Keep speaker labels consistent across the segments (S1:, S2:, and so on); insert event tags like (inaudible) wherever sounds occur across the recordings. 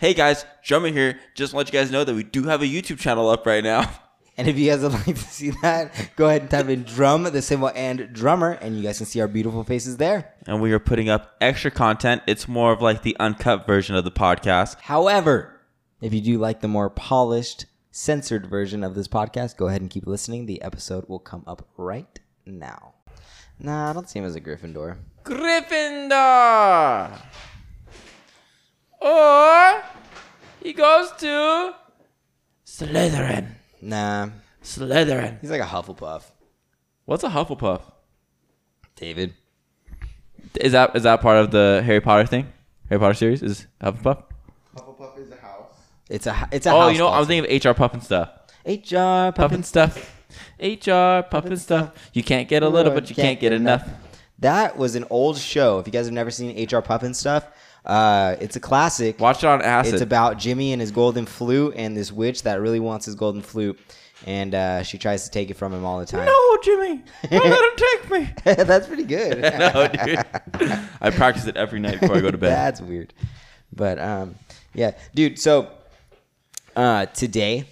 S1: hey guys, Drummer here. Just to let you guys know that we do have a YouTube channel up right now. (laughs)
S2: And if you guys would (laughs) like to see that, go ahead and type in drum, the symbol, and drummer, and you guys can see our beautiful faces there.
S1: And we are putting up extra content. It's more of like the uncut version of the podcast.
S2: However, if you do like the more polished, censored version of this podcast, go ahead and keep listening. The episode will come up right now. Nah, I don't see him as a Gryffindor.
S3: Gryffindor. Or he goes to Slytherin.
S2: Nah,
S3: Slytherin.
S2: he's like a Hufflepuff.
S1: What's a Hufflepuff?
S2: David.
S1: Is that is that part of the Harry Potter thing? Harry Potter series is Hufflepuff.
S4: Hufflepuff is a house.
S2: It's a it's a
S1: oh,
S2: house
S1: you know, I was
S2: puff.
S1: thinking of HR Puff and stuff.
S2: HR
S1: Puff
S2: puffin.
S1: and stuff. HR Puff and stuff. You can't get a little, but you can't get enough.
S2: That was an old show. If you guys have never seen HR Puffin stuff, uh, it's a classic.
S1: Watch it on acid.
S2: It's about Jimmy and his golden flute and this witch that really wants his golden flute, and uh, she tries to take it from him all the time.
S1: no, Jimmy, don't let him take (laughs) me.
S2: (laughs) That's pretty good.
S1: (laughs) no,
S2: (laughs)
S1: dude. I practice it every night before I go to bed.
S2: That's weird. But um, yeah, dude. So uh, today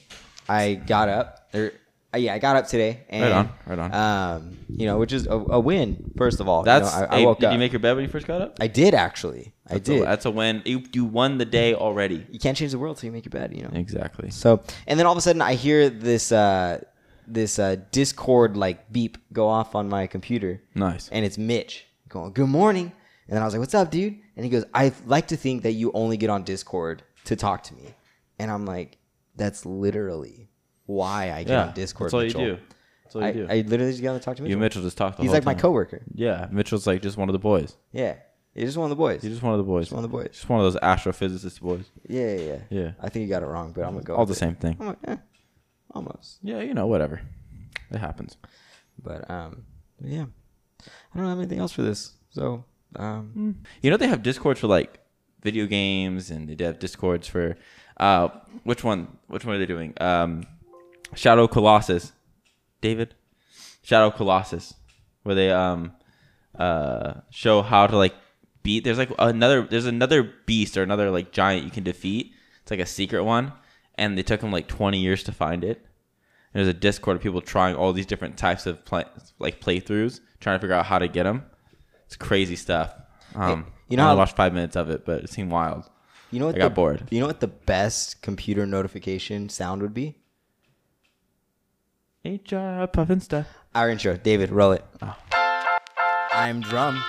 S2: I got up. Or, uh, yeah, I got up today. And,
S1: on, right on.
S2: Um, you know, which is a, a win. First of all, You
S1: That's.
S2: know, I, I
S1: hey,
S2: woke
S1: did
S2: up.
S1: you make your bed when you first got up?
S2: I did actually. I
S1: So
S2: did.
S1: that's a win. You, you won the day already.
S2: you can't change the world till you make your bed. You know.
S1: Exactly.
S2: So, and then all of a sudden, I hear this uh, this uh, Discord like beep go off on my computer,
S1: Nice.
S2: and it's Mitch going, "Good morning," and then I was like, "What's up, dude?" And he goes, "I like to think that you only get on Discord to talk to me," and I'm like, "That's literally why I get
S1: yeah,
S2: on Discord."
S1: That's all
S2: Mitchell.
S1: you do. That's all you
S2: I,
S1: do.
S2: I literally just get on to talk to
S1: you
S2: Mitchell.
S1: and Mitchell just talked. The
S2: He's
S1: whole
S2: like my
S1: time.
S2: coworker.
S1: Yeah, Mitchell's like just one of the boys.
S2: Yeah, he's just one of the boys.
S1: He's just one of the boys.
S2: one of the boys.
S1: Just one of those astrophysicist boys.
S2: yeah, yeah, yeah,
S1: Yeah.
S2: I think you got it wrong, but I'm gonna go
S1: All
S2: with
S1: the
S2: it.
S1: same thing.
S2: I'm like, eh, almost.
S1: Yeah, you know, whatever. It happens.
S2: But um, yeah, I don't have anything else for this. So um,
S1: You know they have discords for like video games and they have discords for uh which one which one are they doing? Um Shadow Colossus. David? Shadow Colossus. Where they um uh show how to like beat there's like another there's another beast or another like giant you can defeat. It's like a secret one. And they took them like twenty years to find it. And there's a Discord of people trying all these different types of play, like playthroughs, trying to figure out how to get them. It's crazy stuff. Um,
S2: you know
S1: I
S2: how-
S1: only watched five minutes of it, but it seemed wild.
S2: you know what?
S1: I got
S2: the,
S1: bored.
S2: You know what the best computer notification sound would be?
S1: HR puffin stuff.
S2: Our intro, David, roll it.
S1: Ah.
S2: I'm drum.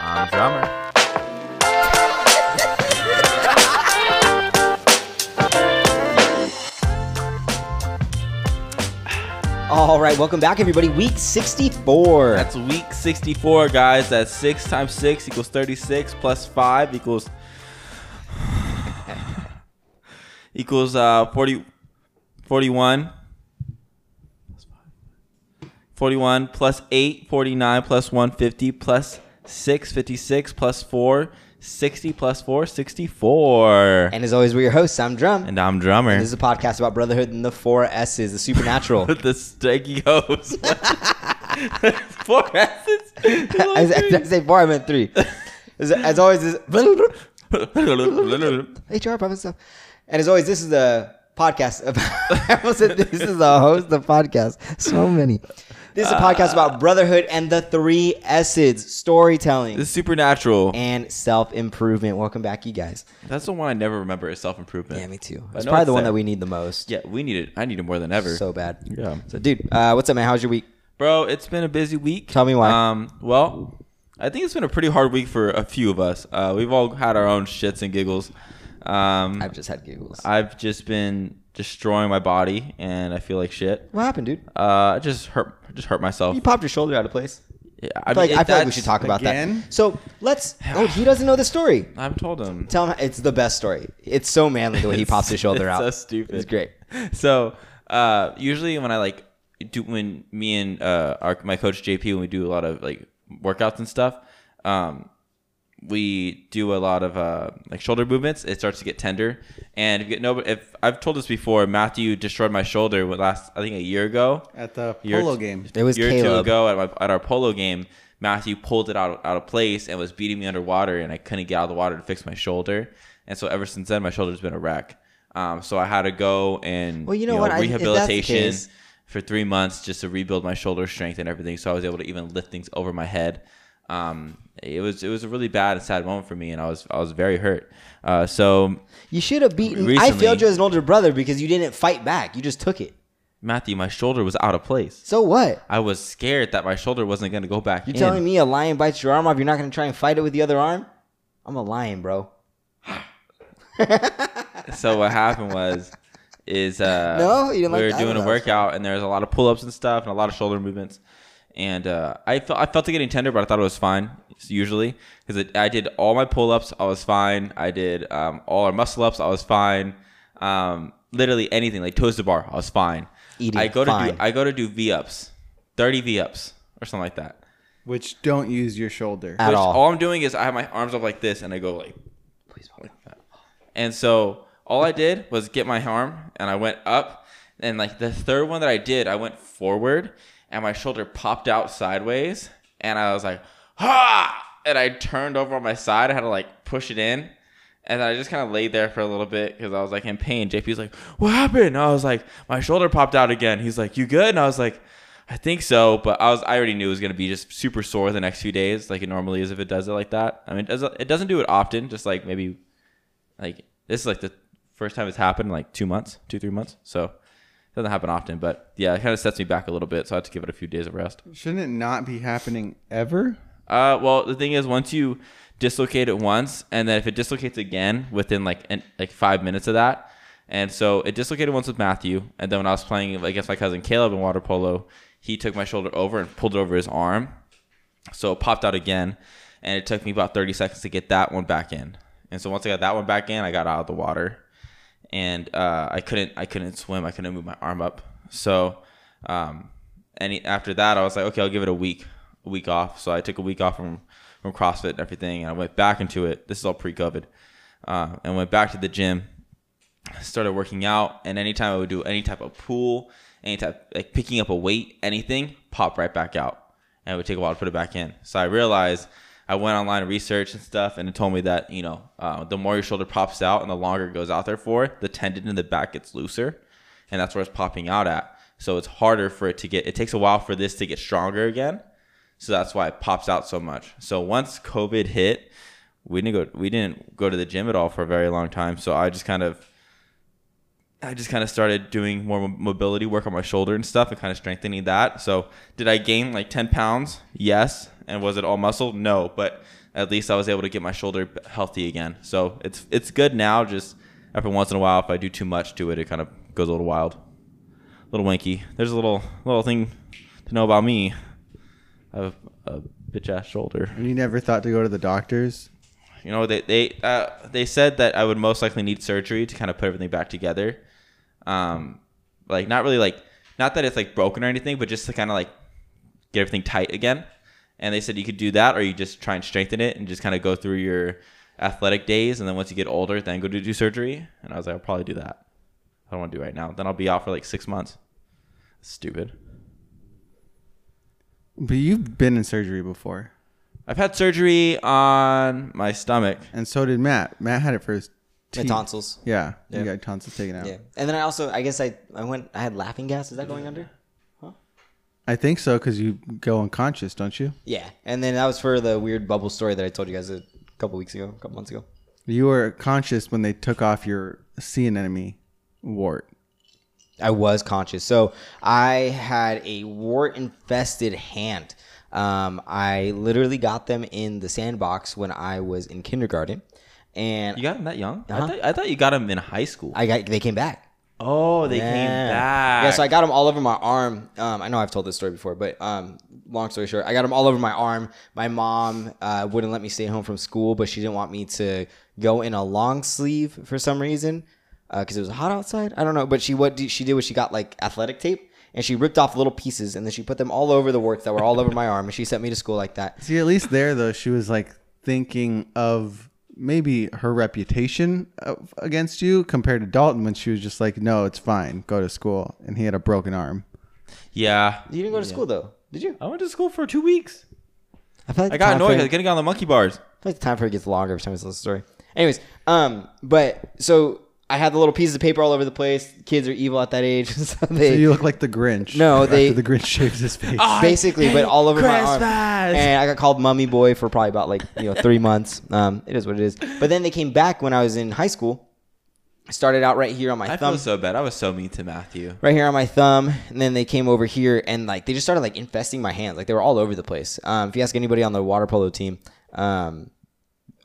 S1: I'm drummer.
S2: All right, welcome back, everybody. Week 64.
S1: That's week 64, guys. That's six times six equals 36 plus five equals (sighs) equals uh 40 41 41 plus 8 49 plus 150 plus 6 56 plus 4 60 plus 4 64
S2: and as always, we're your hosts. I'm drum.
S1: and I'm drummer
S2: this is a podcast about brotherhood and the four S's, the supernatural.
S1: (laughs) the stanky hose (laughs) four
S2: (laughs)
S1: S's
S2: I, I, I say four, I meant three. as, as
S1: (laughs)
S2: always, this, HR private stuff. And as always, this is a podcast (laughs) about. I almost said this is a host of podcast. So many. This is a podcast about brotherhood and the three S's:
S1: (laughs)
S2: storytelling
S1: The supernatural.
S2: and self improvement. Welcome back, you guys.
S1: That's the one I never remember is self improvement.
S2: Yeah, me too.
S1: I
S2: It's
S1: know
S2: probably
S1: it's
S2: the one
S1: there.
S2: that we need the most.
S1: Yeah, we need it. I need it more than ever.
S2: So bad.
S1: Yeah.
S2: So, dude, uh, what's up, man? How's your week?
S1: Bro, it's been a busy week.
S2: Tell me why.
S1: Um, well, I think it's been a pretty hard week for a few of us. Uh, we've all had our own shits and giggles. Um,
S2: I've just had giggles.
S1: I've just been destroying my body, and I feel like shit.
S2: what happened, dude?
S1: Uh, I just hurt, I just hurt myself.
S2: You popped your shoulder out of place.
S1: Yeah,
S2: I feel, like,
S1: Oh. mean,
S2: I feel like we
S1: that's-
S2: should talk about
S4: again?
S2: that. So let's. Oh, he doesn't know the story.
S1: I haven't told him.
S2: Tell him it's the best story. It's so manly the way he pops his shoulder
S1: it's
S2: out.
S1: So stupid.
S2: It's great.
S1: (laughs) So uh, usually when I like do when me and uh, our my coach JP when we do a lot of like workouts and stuff, um, we do a lot of uh, like shoulder movements. It starts to get tender, and if you get no, if I've told this before, Matthew destroyed my shoulder when last I think a year ago
S4: At the
S1: Year-
S4: polo game.
S2: It was
S1: year or two
S2: Caleb.
S1: ago at, my, at our polo game Matthew pulled it out out of place and was beating me underwater, and I couldn't get out of the water to fix my shoulder. And so ever since then, my shoulder's been a wreck. Um, so I had to go and
S2: Well, you know what? I- if that's the
S1: rehabilitation
S2: case-
S1: for three months just to rebuild my shoulder strength and everything. So I was able to even lift things over my head. Um, it was it was a really bad and sad moment for me, and I was I was very hurt. Uh, so
S2: You should have beaten. I
S1: Recently-
S2: failed you as an older brother because you didn't fight back. You just took it.
S1: Matthew, my shoulder was out of place.
S2: So what?
S1: I was scared that my shoulder wasn't going to go back.
S2: You
S1: in.
S2: telling me a lion bites your arm off? You're not gonna try and fight it with the other arm? I'm a lion, bro.
S1: So what happened was, is uh,
S2: (laughs) No? You didn't like
S1: we were
S2: that? I
S1: doing
S2: thought
S1: a
S2: that was
S1: workout and there was a lot of pull ups and stuff and a lot of shoulder movements, and uh, I felt I felt it getting tender, but I thought it was fine usually because I did all my pull ups, I was fine. I did um, all our muscle ups, I was fine. Um, literally anything like toes to bar, I was fine.
S2: Eating,
S1: I go to
S2: fine.
S1: do I go to do V ups, thirty V ups or something like that.
S5: Which don't use your shoulder.
S2: At
S1: Which
S2: all.
S1: all I'm doing is I have my arms up like this and I go like and so all I did was get my arm and I went up. And like the third one that I did, I went forward and my shoulder popped out sideways. And I was like, ha! And I turned over on my side. I had to like push it in. And I just kind of laid there for a little bit because I was like in pain. JP's like, what happened? I was like, my shoulder popped out again. He's like, you good? And I was like, I think so, but I was I already knew it was gonna be just super sore the next few days, like it normally is if it does it like that. I mean, it doesn't, it doesn't do it often, just like maybe like this is like the first time it's happened in like two months, two three months. So it doesn't happen often, but yeah, it kind of sets me back a little bit. So I had to give it a few days of rest.
S5: Shouldn't it not be happening ever?
S1: Uh, well, the thing is, once you dislocate it once, and then if it dislocates again within like an, like five minutes of that, and so it dislocated once with Matthew, and then when I was playing against my cousin Caleb in water polo, he took my shoulder over and pulled it over his arm, so it popped out again, and it took me about thirty seconds to get that one back in. And so once I got that one back in, I got out of the water, and uh, I couldn't I couldn't swim. I couldn't move my arm up. So um, and after that, I was like, okay, I'll give it a week, a week off. So I took a week off from from CrossFit and everything, and I went back into it. This is all pre-COVID, uh, and went back to the gym, started working out, and anytime I would do any type of pull, any type like picking up a weight, anything, pop right back out, and it would take a while to put it back in. So I realized. I went online and researched and stuff, and it told me that you know uh, the more your shoulder pops out and the longer it goes out there for, the tendon in the back gets looser, and that's where it's popping out at. So it's harder for it to get. It takes a while for this to get stronger again. So that's why it pops out so much. So once COVID hit, we didn't go. We didn't go to the gym at all for a very long time. So I just kind of, I just kind of started doing more mo- mobility work on my shoulder and stuff, and kind of strengthening that. So did I gain like ten pounds? Yes. And was it all muscle? No. But at least I was able to get my shoulder b- healthy again. So it's it's good now. Just every once in a while, if I do too much to it, it kind of goes a little wild little winky. There's a little little thing to know about me. I have a bitch ass shoulder.
S5: And you never thought to go to the doctors?
S1: You know they they uh, they said that I would most likely need surgery to kind of put everything back together. Um, like not really like not that it's like broken or anything, but just to kind of like get everything tight again. And they said you could do that, or you just try and strengthen it and just kind of go through your athletic days, and then once you get older, then go to do surgery. And I was like, I'll probably do that. I don't want to do it right now. Then I'll be out for like six months. Stupid.
S5: But you've been in surgery before.
S1: I've had surgery on my stomach.
S5: And so did Matt. Matt had it for his
S2: The
S5: teeth.
S2: tonsils.
S5: Yeah.
S2: Yeah.
S5: You got tonsils taken out.
S2: Yeah. And then I also, I guess I, I went, I had laughing gas. Is that going under?
S5: I think so because you go unconscious, don't you?
S2: Yeah. And then that was for the weird bubble story that I told you guys a couple weeks ago, a couple months ago.
S5: You were conscious when they took off your sea anemone wart.
S2: I was conscious. So I had a wart infested hand. Um, I literally got them in the sandbox when I was in kindergarten, and
S1: You got him that young?
S2: Uh-huh.
S1: I, thought, I thought you got him in high school.
S2: I got they came back.
S1: oh, they
S2: Yeah.
S1: came back.
S2: Yeah, so I got them all over my arm. Um, I know I've told this story before, but um, long story short, I got them all over my arm. My mom uh, wouldn't let me stay home from school, but she didn't want me to go in a long sleeve for some reason because it was hot outside. I don't know, but she what did, she did was she got like athletic tape and she ripped off little pieces and then she put them all over the warts that were all over my arm and she sent me to school like that.
S5: See, at least there though, she was like thinking of maybe her reputation of, against you compared to Dalton when she was just like, "No, it's fine, go to school," and he had a broken arm.
S1: yeah.
S2: You didn't go to school though, did you?
S1: I went to school for two weeks.
S2: I feel like
S1: I
S2: the
S1: got
S2: time
S1: annoyed. 'cause I
S2: frame-
S1: was getting on the monkey bars.
S2: I feel like the time frame gets longer every time I listen to the story. Anyways, um, but so I had the little pieces of paper all over the place. Kids are evil at that age, (laughs) so
S5: So
S2: they
S5: you look like the Grinch.
S2: No,
S5: after
S2: they- Ah!
S5: the Grinch shaves his face.
S2: basically, but all over my arm.
S1: Christmas.
S2: And I got called Mummy Boy for probably about like you know three months. Um, it is what it is. But then they came back when I was in high school. I started out right here on my
S1: I
S2: thumb.
S1: feel so bad. I was so mean to Matthew.
S2: right here on my thumb and then they came over here and like they just started like infesting my hands like they were all over the place um, if you ask anybody on the water polo team um,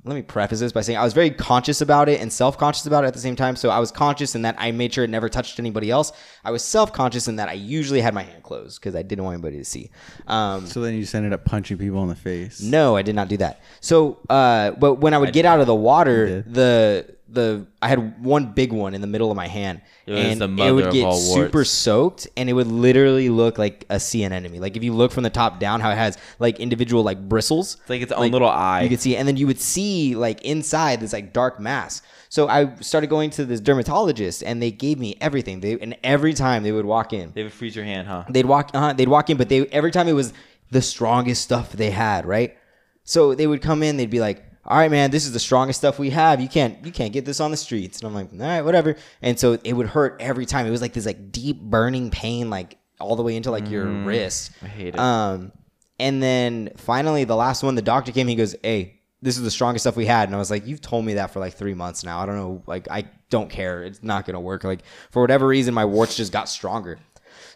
S2: let me preface this by saying i was very conscious about it and self-conscious about it at the same time so i was conscious in that i made sure it never touched anybody else i was self-conscious in that i usually had my hand closed because i didn't want anybody to see um,
S5: So then you just ended up punching people in the face.
S2: no, I did not do that. So, uh, but when I would get out of the water, the the I had one big one in the middle of my hand,
S1: was
S2: and
S1: the
S2: it
S1: mother
S2: would
S1: of
S2: get
S1: all warts.
S2: super soaked, and it would literally look like a sea anemone. Like if you look from the top down, how it has like individual like bristles,
S1: It's like its own little eye.
S2: you could see, and then you would see like inside this like dark mass. So I started going to this dermatologist, and they gave me everything. They and every time they would walk in,
S1: they would freeze your hand, huh?
S2: they'd walk uh, they'd walk in but they every time it was the strongest stuff they had right so they would come in they'd be like all right man this is the strongest stuff we have you can't you can't get this on the streets and i'm like all right whatever and so it would hurt every time it was like this like deep burning pain like all the way into like your wrist i
S1: hate it.
S2: um and then finally the last one the doctor came he goes hey this is the strongest stuff we had and i was like you've told me that for like three months now i don't know like i don't care it's not gonna work like for whatever reason my warts just got stronger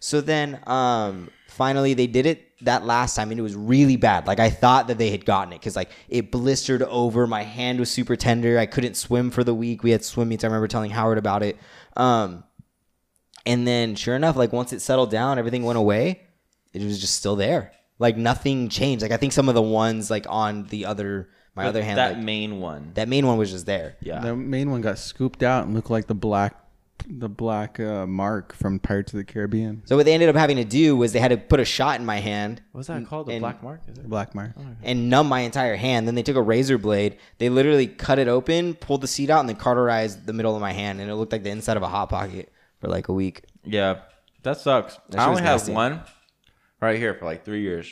S2: so then um finally they did it that last time and it was really bad. Like I thought that they had gotten it cuz like it blistered over, my hand was super tender. I couldn't swim for the week. We had swim meets. I remember telling Howard about it. Um and then sure enough like once it settled down, everything went away. It was just still there. Like nothing changed. Like I think some of the ones like on the other my other hand
S1: that
S2: like,
S1: main one.
S2: that main one was just there.
S1: yeah.
S5: The main one got scooped out and looked like the black, the black uh, mark from Pirates of the Caribbean.
S2: So what they ended up having to do was they had to put a shot in my hand
S1: What's that called? The
S2: and-
S1: black mark? Is it?
S5: The black mark.
S2: and numb my entire hand. Then they took a razor blade, they literally cut it open, pulled the seed out, and then cauterized the middle of my hand, and it looked like the inside of a hot pocket for like a week.
S1: Yeah, that sucks.
S2: That
S1: I
S2: shit was
S1: only have
S2: nasty.
S1: one right here for like three years,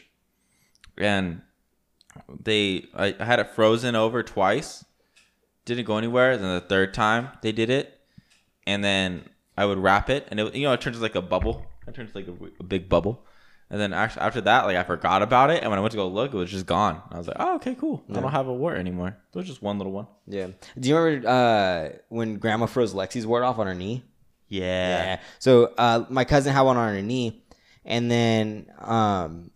S1: and they I, I had it frozen over twice. Didn't go anywhere. Then the third time they did it, and then I would wrap it, and it you know it turns like a bubble. It turns like a, w- a big bubble. And then actually after that, like I forgot about it, and when I went to go look, it was just gone. I was like, "Oh, okay, cool. I don't have a wart anymore. There was just one little one."
S2: Yeah. Do you remember uh, when Grandma froze Lexi's wart off on her knee?
S1: Yeah.
S2: Yeah. So uh, my cousin had one on her knee, and then um,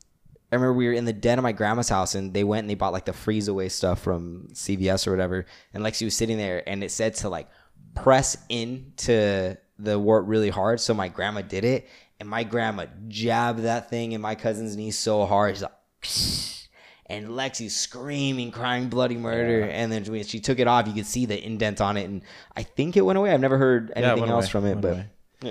S2: I remember we were in the den of my grandma's house, and they went and they bought like the freeze away stuff from CVS or whatever. And Lexi was sitting there, and it said to like press into the wart really hard. So my grandma did it, and my grandma jabbed that thing in my cousin's knee so hard, she's like. (laughs) And Lexi's screaming, crying bloody murder. And then when she took it off, you could see the indent on it. And I think it went away. I've never heard
S1: Yeah, it
S2: anything
S1: went
S2: else
S1: away.
S2: from it,
S1: Went
S2: but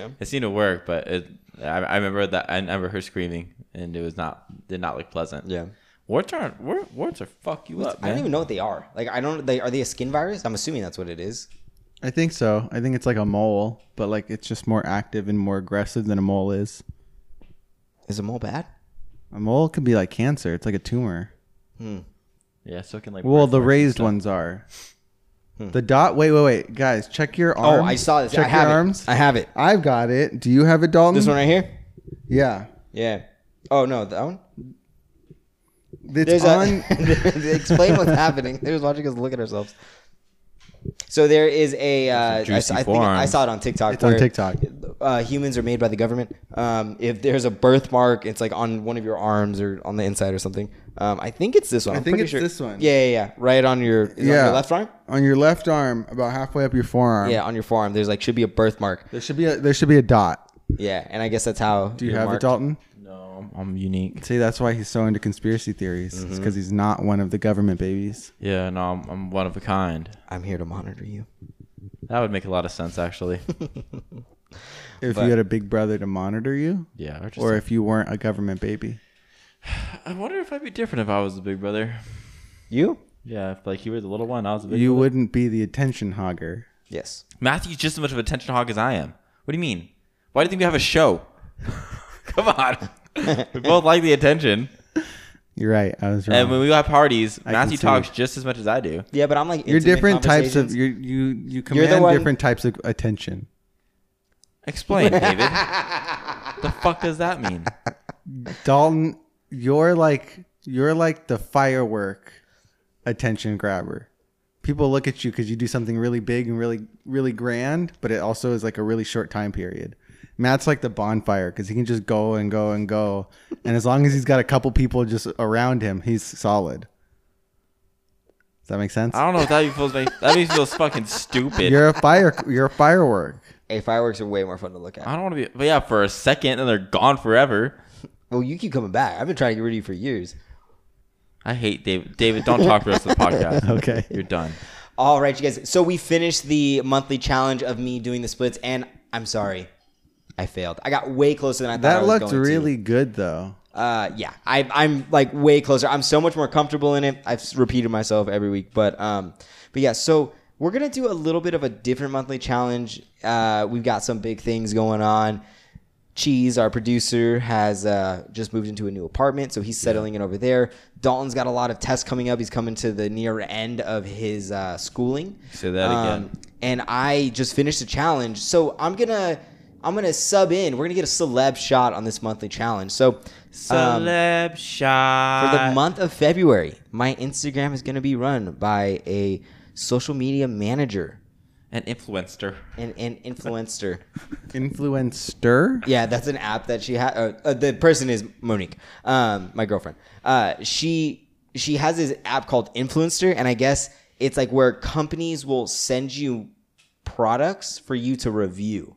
S1: away. It seemed to work, but it, I, I remember that I remember her screaming, and it was not did not look pleasant.
S2: Yeah.
S1: warts aren't war, warts are fuck you up,
S2: I
S1: man.
S2: don't even know what they are. Like I don't. They are they a skin virus? I'm assuming that's what it is.
S5: I think so. I think it's like a mole, but like it's just more active and more aggressive than a mole is.
S2: Is a mole bad?
S5: A mole could be like cancer. It's like a tumor.
S1: yeah, so it can like
S5: Well,
S1: birth
S5: the
S1: marks and
S5: raised
S1: stuff.
S5: ones are. The dot. Wait, wait, wait, guys! Check your arms.
S2: Oh, I saw this.
S5: Check
S2: I have
S5: your
S2: it.
S5: arms.
S2: I have it.
S5: I've got it. Do you have it, Dalton?
S2: This one right here.
S5: Yeah.
S2: Yeah. Oh no, that one.
S5: It's
S2: There's
S5: on.
S2: a, (laughs) explain
S5: (laughs)
S2: what's (laughs) happening. They're just watching us look at ourselves. So there is a. Uh, I,
S1: juicy
S2: s- I think I
S1: forearms.
S2: saw it on TikTok.
S5: It's on
S2: where,
S5: TikTok.
S2: Uh, humans are made by the government. Um, if there's a birthmark, it's like on one of your arms or on the inside or something. Um, I think it's this one.
S5: I
S2: I'm
S5: think
S2: pretty
S5: it's
S2: sure.
S5: this one.
S2: Yeah, yeah, yeah. Right on your, is it on your
S5: Yeah.
S2: left arm.
S5: on your left arm, about halfway up your forearm.
S2: Yeah, on your forearm. There's like should be a birthmark.
S5: There should be a there should be a dot.
S2: Yeah, and I guess that's how.
S5: Do you have it, Dalton?
S1: No, I'm, I'm unique.
S5: See, that's why he's so into conspiracy theories. It's
S2: Mm-hmm.
S5: because he's not one of the government babies.
S1: Yeah, no, I'm, I'm one of a kind.
S2: I'm here to monitor you.
S1: That would make a lot of sense,
S5: (laughs)
S1: actually.
S5: If
S2: But-
S5: you had a big brother to monitor you,
S1: yeah, or, just
S5: or if you weren't a government baby,
S1: I wonder if I'd be different if I was the big brother.
S2: You?
S1: Yeah, if like you were the little one, I was the big.
S5: you wouldn't be the attention hogger.
S2: Yes.
S1: Matthew's just as much of an attention hog as I am. What do you mean? Why do (laughs)
S5: (laughs)
S1: you think we have a show? Come on, we both like the attention.
S5: You're right. I was
S1: And when
S5: wrong.
S1: we have parties,
S5: I
S1: Matthew
S5: can see.
S1: talks just as much as I do.
S2: Yeah, but I'm like
S5: You're
S2: intimate
S5: different types of
S2: conversations.
S5: you you you
S2: You're the
S5: command
S2: one-
S5: different types of attention.
S1: (laughs) Explain, David. the fuck does that mean?
S5: Dalton, you're like you're like the firework attention grabber. People look at you because you do something really big and really really grand, but it also is like a really short time period. Matt's like the bonfire because he can just go and go and go, and as long as he's got a couple people just around him, he's solid. Does that make sense?
S1: I don't know if that feels make, that makes me feel fucking stupid.
S5: You're a fire. You're a firework.
S2: Hey, fireworks are way more fun to look at.
S1: I don't want to be, but yeah, for a second, and they're gone forever.
S2: Well, you keep coming back. I've been trying to get rid of you for years.
S1: I hate David. David, don't talk for the rest of the podcast.
S5: (laughs) Okay.
S1: you're done.
S2: All right, you guys. So we finished the monthly challenge of me doing the splits, and I'm sorry, I failed. I got way closer than I thought. I
S5: That
S2: was
S5: looked
S2: going to.
S5: really good though.
S2: Uh, yeah, I, I'm like way closer. I'm so much more comfortable in it. I've s- repeated myself every week, but um, but yeah. So we're gonna do a little bit of a different monthly challenge. Uh, we've got some big things going on. Cheese, our producer, has uh, just moved into a new apartment, so he's settling in over there. Dalton's got a lot of tests coming up. He's coming to the near end of his uh, schooling. Um,
S1: Say that again.
S2: And I just finished the challenge, so I'm gonna I'm gonna sub in. We're gonna get a celeb shot on this monthly challenge. So um,
S1: Celeb shot.
S2: for
S1: Uh,
S2: the month of February, my Instagram is gonna be run by a social media manager
S1: An influencer.
S2: and an influencer.
S5: Influencer.
S2: Yeah, that's an app that she has. Uh, uh, the person is Monique, um, my girlfriend. Uh, she she has this app called Influencer, and I guess it's like where companies will send you products for you to review.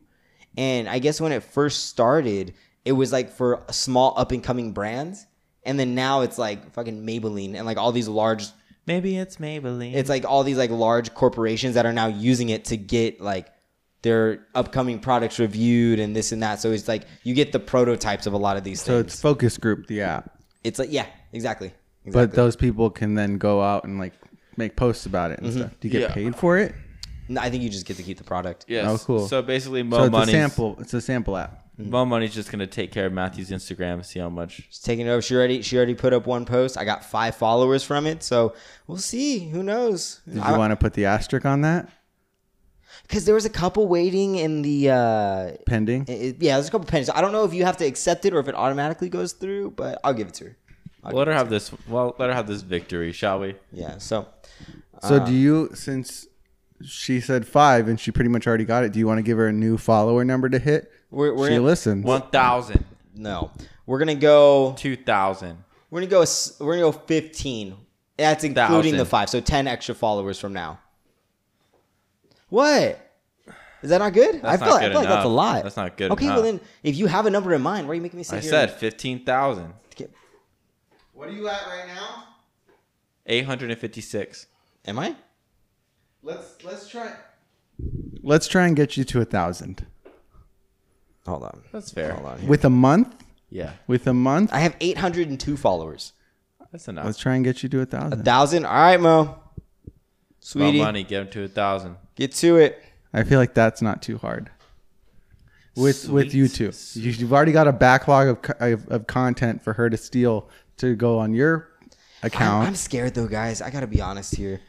S2: And I guess when it first started, it was like for small up and coming brands, and then now it's like fucking Maybelline and like all these large
S1: Maybe it's Maybelline.
S2: it's like all these like large corporations that are now using it to get like their upcoming products reviewed and this and that. So it's like you get the prototypes of a lot of these
S5: So
S2: things.
S5: it's focus group the app.
S2: It's like yeah, exactly. exactly.
S5: But those people can then go out and like make posts about it and
S2: Mm-hmm.
S5: stuff. Do you get
S1: Yeah.
S5: paid for it?
S2: No, I think you just get to keep the product.
S1: yes.
S5: Oh, cool.
S1: So basically, Mo
S5: so it's a
S1: Money's
S5: sample. It's a sample app.
S1: Mo Money's just gonna take care of Matthew's Instagram, see how much.
S2: She's taking it over. She already she already put up one post. I got five followers from it. So we'll see. Who knows?
S5: Did you want to put the asterisk on that?
S2: Because there was a couple waiting in the uh
S5: Pending.
S2: it- yeah, there's a couple pennies. I don't know if you have to accept it or if it automatically goes through, but I'll give it to her.
S1: Let her have this. Well, let her have this victory, shall we?
S2: Yeah. So
S5: So
S2: uh,
S5: do you since she said five and she pretty much already got it? Do you want to give her a new follower number to hit?
S2: We're- we're
S5: she
S2: in-
S5: listens.
S1: One thousand,
S2: no, we're gonna go.
S1: two thousand.
S2: We're gonna go. s- We're gonna go fifteen. That's including
S1: Thousand.
S2: the five, so ten extra followers from now. What? Is that not good? I
S1: That's
S2: feel,
S1: not
S2: like, I
S1: good
S2: feel like that's a
S1: enough.
S2: lot.
S1: That's not good
S2: Okay, well
S1: enough.
S2: then, if you have a number in mind, why are you making me sit
S1: I
S2: here?
S1: said fifteen thousand
S2: and-
S4: What are you at right now?
S1: eight hundred and fifty-six.
S2: Am I?
S4: Let's let's try.
S5: Let's try and get you to a thousand
S2: Hold on.
S1: That's fair.
S2: Hold on. Here.
S5: with a month.
S1: Yeah,
S5: With a month.
S2: I have eight hundred and two followers.
S1: that's enough.
S5: Let's try and get you to a thousand.
S2: Thousand. All right, Mo.
S1: Mo
S2: Sweetie,
S1: Money, get him to a thousand.
S2: get to it.
S5: I feel like that's not too hard. With with you two,
S1: Sweet.
S5: You- you've already got a backlog of, co- of of content for her to steal to go on your
S2: I'm,
S5: account.
S2: I'm scared though, guys. I gotta be honest here.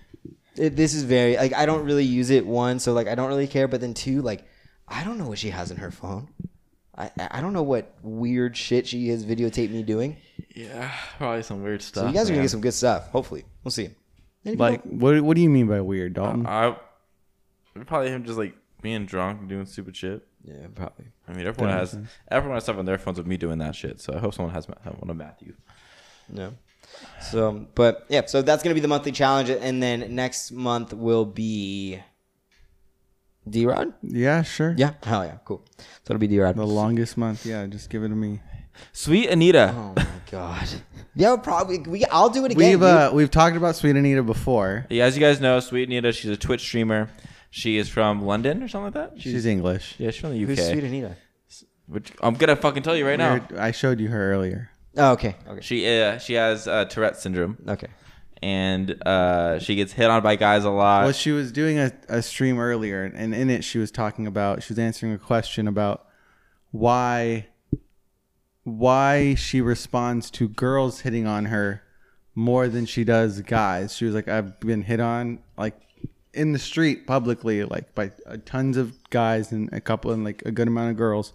S2: It, this is very like I don't really use it. One, so like I don't really care. But then two, like I don't know what she has in her phone. I I- I don't know what weird shit she has videotaped me doing.
S1: Yeah, probably some weird stuff.
S2: So you guys are gonna get some good stuff. Hopefully, we'll see. Maybe
S5: like, what what do you mean by weird, Dalton?
S1: I probably him just like being drunk and doing stupid shit.
S2: we'll- yeah, probably.
S1: I mean, everyone has everyone has stuff on their phones of me doing that shit. So I hope someone has ma- have one of Matthew.
S2: No. So, but yeah, so that's gonna be the monthly challenge, and then next month will be D Rod.
S5: yeah, sure.
S2: Yeah, hell yeah, cool. So it'll be D Rod.
S5: The longest month. Yeah, just give it to me.
S1: Sweet Anita.
S2: Oh my god. (laughs) Yeah, probably. We I'll do it again.
S5: We've
S2: dude.
S5: uh, we've talked about Sweet Anita before.
S1: Yeah, as you guys know, Sweet Anita, she's a Twitch streamer. She is from London or something like that. She's,
S5: She's English.
S1: yeah, she's from the UK.
S2: Who's Sweet Anita?
S1: Which I'm gonna fucking tell you right now.
S5: We're- I showed you her earlier.
S2: Oh, okay. Okay.
S1: She uh, she has uh, Tourette syndrome,
S2: Okay.
S1: and uh, she gets hit on by guys a lot.
S5: Well, she was doing a, a stream earlier, and in it, she was talking about she was answering a question about why why she responds to girls hitting on her more than she does guys. She was like, I've been hit on like in the street publicly, like by uh, tons of guys and a couple and like a good amount of girls.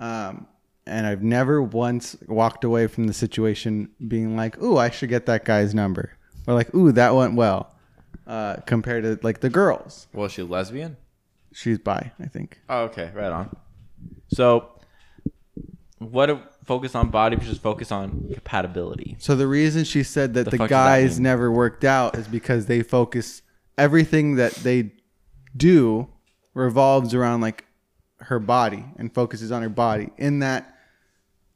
S5: Um, and I've never once walked away from the situation being like, "Ooh, I should get that guy's number," or like, "Ooh, that went well," uh, compared to like the girls.
S1: Well, is she lesbian?
S5: She's bi, I think.
S1: Oh, okay, right on. So, what a- focus on body versus focus on compatibility.
S5: So the reason she said that the,
S1: fuck does that
S5: guys
S1: mean?
S5: never worked out is because they focus everything that they do revolves around like her body and focuses on her body in that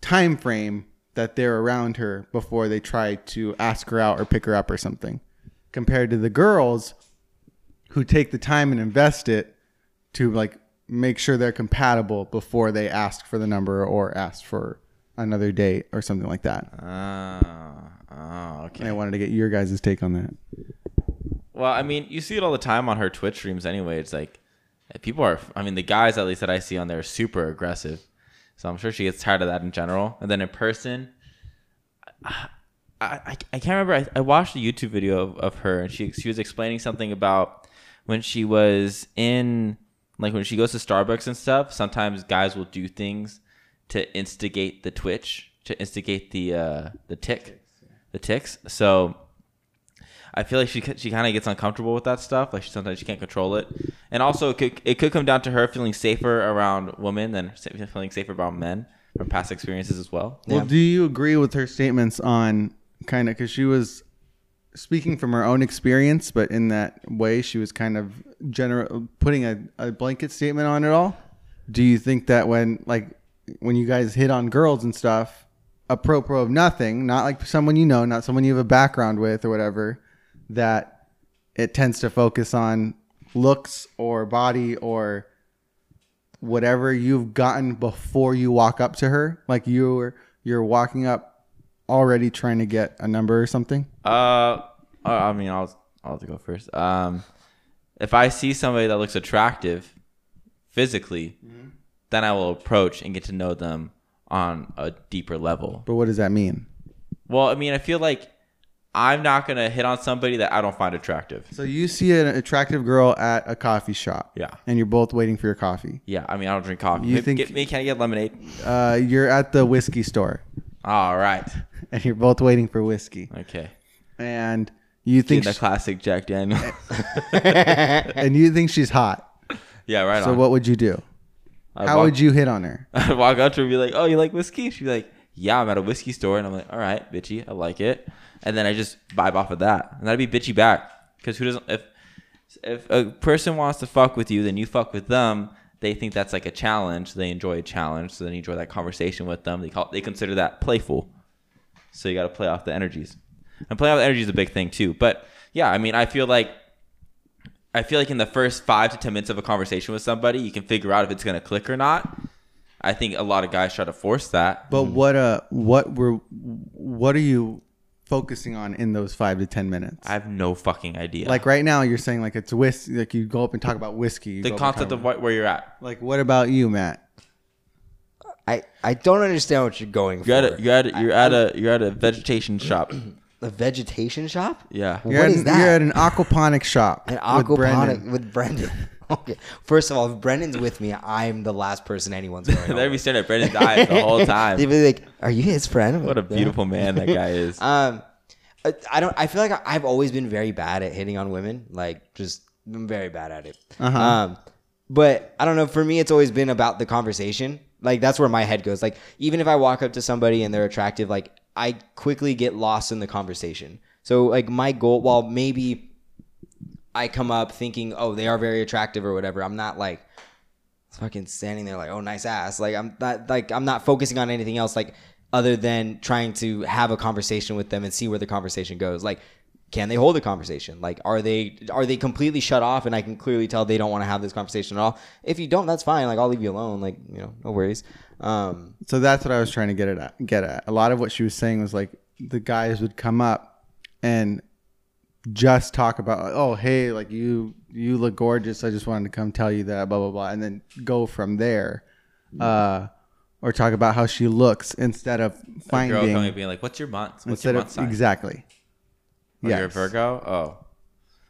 S5: time frame that they're around her before they try to ask her out or pick her up or something. Compared to the girls who take the time and invest it to like make sure they're compatible before they ask for the number or ask for another date or something like that.
S1: Ah, oh, okay.
S5: And I wanted to get your guys' take on that.
S1: Well, I mean, you see it all the time on her Twitch streams anyway. It's like eh, people are I mean, the guys at least that I see on there are super aggressive. So I'm sure she gets tired of that in general. And then in person, I I, I can't remember. I, I watched a YouTube video of, of her and she she was explaining something about when she was in like when she goes to Starbucks and stuff, sometimes guys will do things to instigate the twitch, to instigate the uh the tick, the ticks. So I feel like she c- she kind of gets uncomfortable with that stuff. Like she, sometimes she can't control it, and also it could it could come down to her feeling safer around women than sa- feeling safer about men from past experiences as well.
S5: Well, do you agree with her statements on kind of because she was speaking from her own experience, but in that way, she was kind of general putting a, a blanket statement on it all? Do you think that when like when you guys hit on girls and stuff, apropos of nothing, not like someone you know, not someone you have a background with or whatever, that it tends to focus on looks or body or whatever you've gotten before you walk up to her like you're you're walking up already trying to get a number or something
S1: Uh, I I mean, I'll I'll have to go first. Um, if I see somebody that looks attractive physically, then I will approach and get to know them on a deeper level.
S5: but what does that mean
S1: Well, I mean, I feel like I'm not gonna hit on somebody that I don't find attractive.
S5: so you see an attractive girl at a coffee shop
S1: Yeah.
S5: and you're both waiting for your coffee
S1: Yeah, I mean, I don't drink coffee.
S5: You
S1: Maybe
S5: think-
S1: get me? Can I get lemonade?
S5: uh, you're at the whiskey store
S1: All right.
S5: and you're both waiting for whiskey
S1: Okay.
S5: and you
S1: Think
S5: think
S1: the
S5: sh-
S1: classic Jack
S5: (laughs)
S1: Daniel.
S5: and you think she's hot
S1: (laughs) yeah, right
S5: so
S1: on.
S5: what would you do
S1: I'd
S5: how
S1: walk, Um,
S5: would you hit on her
S1: I'd (laughs) walk up to her and be like, "Oh, you like whiskey?" She'd be like, "Yeah, I'm at a whiskey store," and I'm like, "All right, bitchy, I like it." And then I just vibe off of that, and that'd be bitchy back. Because who doesn't? If if a person wants to fuck with you, then you fuck with them. They think that's like a challenge. They enjoy a challenge, so then you enjoy that conversation with them. They call they consider that playful. So you got to play off the energies, and play off the energies is a big thing too. But yeah, I mean, I feel like I feel like in the first five to ten minutes of a conversation with somebody, you can figure out if it's gonna click or not. I think a lot of guys try to force that.
S5: But what uh what were what are you focusing on in those five to ten minutes?
S1: I have no fucking idea.
S5: like right now, you're saying like it's whiskey. Like you go up and talk about whiskey. you
S1: the
S5: go up and
S1: concept
S5: talk
S1: of what, where you're at.
S5: about- like what about you, Matt?
S2: (laughs) I, I don't understand what you're going
S1: You're
S2: for.
S1: at a, you're at a, you're at a you're at a vegetation (clears throat) shop.
S2: a vegetation shop?
S1: Yeah.
S2: What
S5: You're at
S2: is
S5: an,
S2: that?
S5: You're at an aquaponic shop.
S2: An
S5: with Brendan.
S2: aquaponic with Brendan. (laughs) okay. First of all, if Brendan's with me, I'm the last
S1: (laughs)
S2: person anyone's going.
S1: They'd
S2: over.
S1: be staring at Brendan's eyes the (laughs) whole
S2: They'd
S1: time.
S2: be like, "Are you his friend?" I'm
S1: What a
S2: like, "Yeah."
S1: beautiful man that guy is. (laughs)
S2: Um, I, I don't. I feel like I- I've always been very bad at hitting on women. Like, just I'm very bad at it.
S5: Uh-huh.
S2: Um, but I don't know. For me, it's always been about the conversation. Like that's where my head goes. Like even if I walk up to somebody and they're attractive, like I quickly get lost in the conversation. So like my goal, while maybe I come up thinking, oh, they are very attractive or whatever. I'm not like fucking standing there like, oh, nice ass. Like I'm not like I'm not focusing on anything else like other than trying to have a conversation with them and see where the conversation goes. Like, can they hold a conversation? Like, are they are they completely shut off? And I can clearly tell they don't want to have this conversation at all. If you don't, that's fine. Like I'll leave you alone. Like you know, no worries. Um,
S5: So that's what I was trying to get it at, get at. A lot of what she was saying was like the guys would come up and just talk about like, oh hey like you you look gorgeous I just wanted to come tell you that blah blah blah and then go from there uh or talk about how she looks instead of
S1: Mm-hmm. A girl coming
S5: finding
S1: and being like, "What's your month? What's
S5: instead
S1: your
S5: of
S1: month sign?"
S5: exactly
S1: Oh, You're a
S5: Yes.
S1: Virgo? Oh.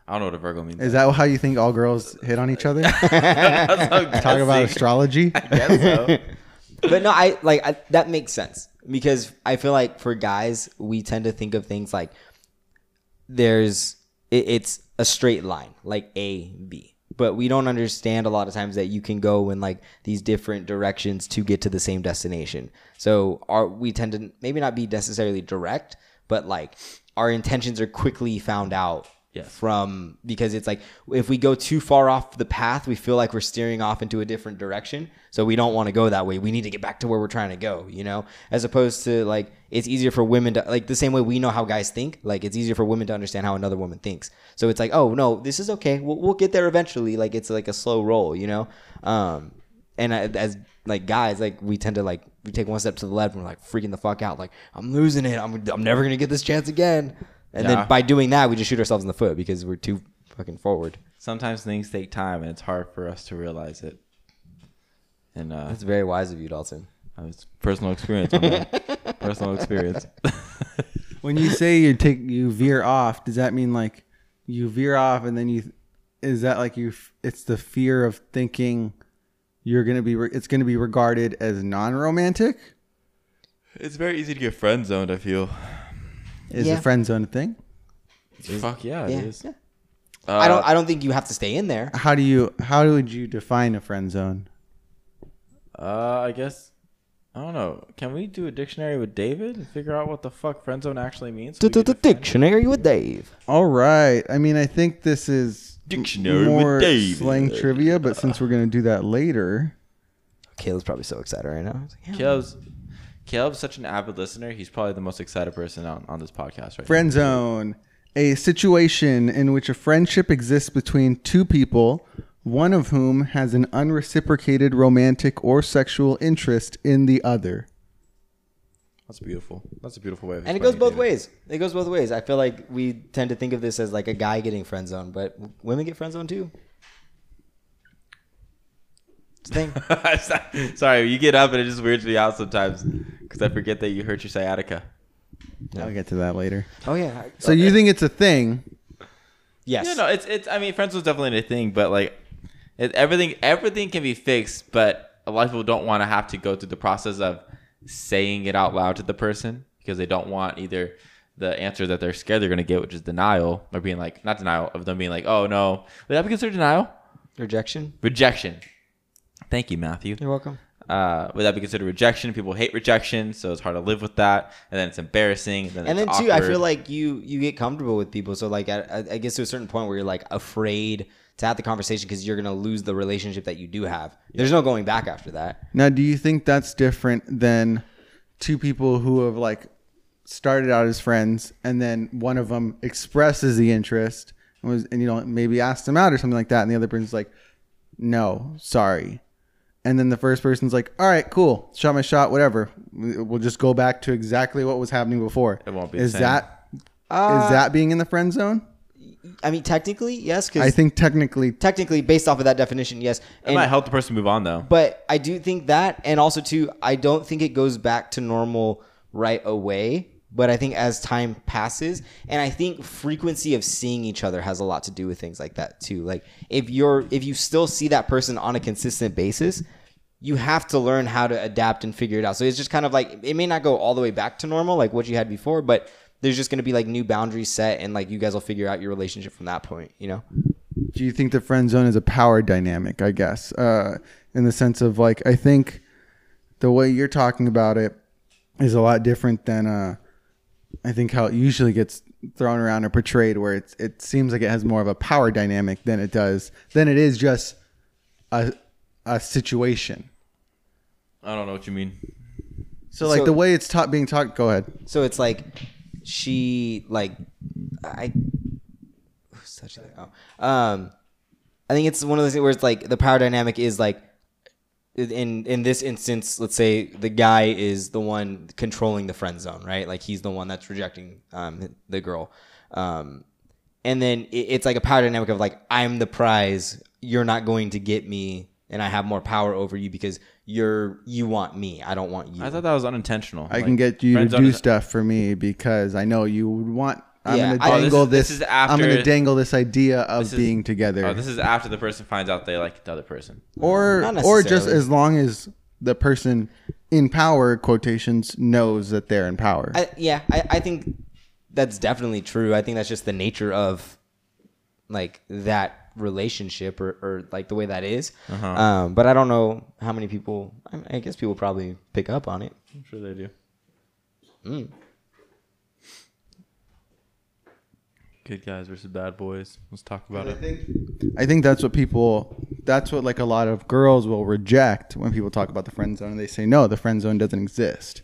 S1: I don't know what a Virgo means.
S5: Is that how you think all girls hit on each
S1: (laughs)
S5: other? Talk
S1: Talk
S5: about astrology.
S2: but no, I like I, that makes sense because I feel like for guys, we tend to think of things like there's it, it's a straight line, like A B, but we don't understand a lot of times that you can go in like these different directions to get to the same destination. So our we tend to maybe not be necessarily direct, but like our intentions are quickly found out.
S1: Yes.
S2: From because it's like if we go too far off the path, we feel like we're steering off into a different direction. So we don't want to go that way. We need to get back to where we're trying to go, you know? As opposed to like it's easier for women to like the same way we know how guys think, like it's easier for women to understand how another woman thinks. So it's like, oh no, this is okay. We'll, we'll get there eventually. Like it's like a slow roll, you know? Um, and I, as like guys, like we tend to like we take one step to the left and we're like freaking the fuck out, like I'm losing it. I'm I'm never gonna get this chance again. And
S1: Yeah.
S2: then by doing that, we just shoot ourselves in the foot because we're too fucking forward.
S1: Sometimes things take time and it's hard for us to realize it. And uh,
S2: That's very wise of you, Dalton.
S1: I was personal experience on that. personal experience.
S5: (laughs) when you say you take you veer off, does that mean like you veer off and then you is that like you f- it's the fear of thinking you're going to be re- it's going to be regarded as non-romantic?
S1: (laughs) it's very easy to get friend zoned, I feel.
S5: Is
S2: Yeah.
S5: the friend zone a thing?
S1: Fuck yeah,
S2: Yeah.
S1: it is.
S2: yeah.
S1: Uh,
S2: I don't I don't think you have to stay in there.
S5: How do you how would you define a friend zone?
S1: Uh, I guess. I don't know. Can we do a dictionary with David and figure out what the fuck friend zone actually means? so we can define-
S2: Dictionary with Dave.
S5: All right. I mean, I think this is
S1: Dictionary with
S5: more
S1: David.
S5: slang trivia, but since we're going to do that later,
S2: Caleb's probably so excited right now. He's like, yeah.
S1: Caleb's Caleb's such an avid listener. He's probably the most excited person on, on this podcast right
S5: Friend zone, a situation in which a friendship exists between two people, one of whom has an unreciprocated romantic or sexual interest in the other.
S1: now. That's beautiful. That's a beautiful way. Of
S2: And it
S1: explaining
S2: goes both
S1: David.
S2: ways. It goes both ways. I feel like we tend to think of this as like a guy getting friend zoned, but women get friend zoned too. It's a thing.
S1: Sorry, you get up and it (laughs) just weirds me out sometimes because I forget that you hurt your sciatica.
S5: I'll get to that later.
S2: oh yeah.
S5: So you think it's a thing?
S2: yes.
S1: Yeah, no, it's it's. I mean, friend zone's definitely a thing, but like, it, everything everything can be fixed. But a lot of people don't want to have to go through the process of saying it out loud to the person because they don't want either the answer that they're scared they're going to get, which is denial, or being like not denial of them being like, oh no, would that be considered denial?
S2: Rejection.
S1: Rejection. Thank you, Matthew.
S2: You're welcome.
S1: uh, would that be considered rejection? People hate rejection, so it's hard to live with that. And then it's embarrassing. And then,
S2: and then
S1: it's
S2: too i feel
S1: awkward.
S2: like you you get comfortable with people so like I- i, I guess to a certain point where you're like afraid to have the conversation because you're gonna lose the relationship that you do have there's no going back after that
S5: Now, do you think that's different than two people who have like started out as friends and then one of them expresses the interest and was, and you know, maybe asked them out or something like that, and the other person's like, no, sorry. And then the first person's like, all right, cool, shot my shot, whatever. We- We'll just go back to exactly what was happening before.
S1: It won't be the
S5: Is
S1: same.
S5: that is that being in the friend zone?
S2: i mean technically yes
S5: I
S2: because
S5: think technically
S2: technically based off of that definition yes
S1: it might
S2: and,
S1: help the person move on though.
S2: but i do think that and also too i don't think it goes back to normal right away but i think as time passes and i think frequency of seeing each other has a lot to do with things like that too like if you're if you still see that person on a consistent basis you have to learn how to adapt and figure it out. So it's just kind of like it may not go all the way back to normal like what you had before, but there's just going to be like new boundaries set and like you guys will figure out your relationship from that point, you know.
S5: do you think the friend zone is a power dynamic i guess uh, in the sense of like i think the way you're talking about it is a lot different than uh, i think how it usually gets thrown around or portrayed where it's, it seems like it has more of a power dynamic than it does than it is just a, a situation
S1: I don't know what you mean.
S5: so like
S2: So-
S5: the way it's taught being taught go ahead
S2: So it's like she like I who's such a oh. um I think it's one of those things where it's like the power dynamic is like in in this instance, let's say the guy is the one controlling the friend zone, right? Like he's the one that's rejecting um the girl. Um and then it, it's like a power dynamic of like I'm the prize, you're not going to get me and I have more power over you because you're you want me. I don't want you.
S1: I thought that was unintentional.
S5: i can get you to do stuff for me because i know you would want I'm
S2: Yeah, I-
S5: gonna dangle
S1: Oh, this-
S5: this.
S1: this is
S5: I'm
S1: after-
S5: gonna dangle this idea of
S1: This is-
S5: being together,
S1: Oh, this is after the person finds out they like the other person.
S5: or
S2: Not
S5: or just
S2: necessarily.
S5: as long as the person in power quotations knows that they're in power.
S2: I, yeah, I, I think that's definitely true. I think that's just the nature of like that relationship or, or like the way that is. Um, but I don't know how many people. I, mean, I guess people probably pick up on it.
S1: I'm sure they do. Good guys versus bad boys. Let's talk about
S4: I
S1: it.
S4: think
S5: I think that's what people that's what like a lot of girls will reject when people talk about the friend zone and they say no, the friend zone doesn't exist.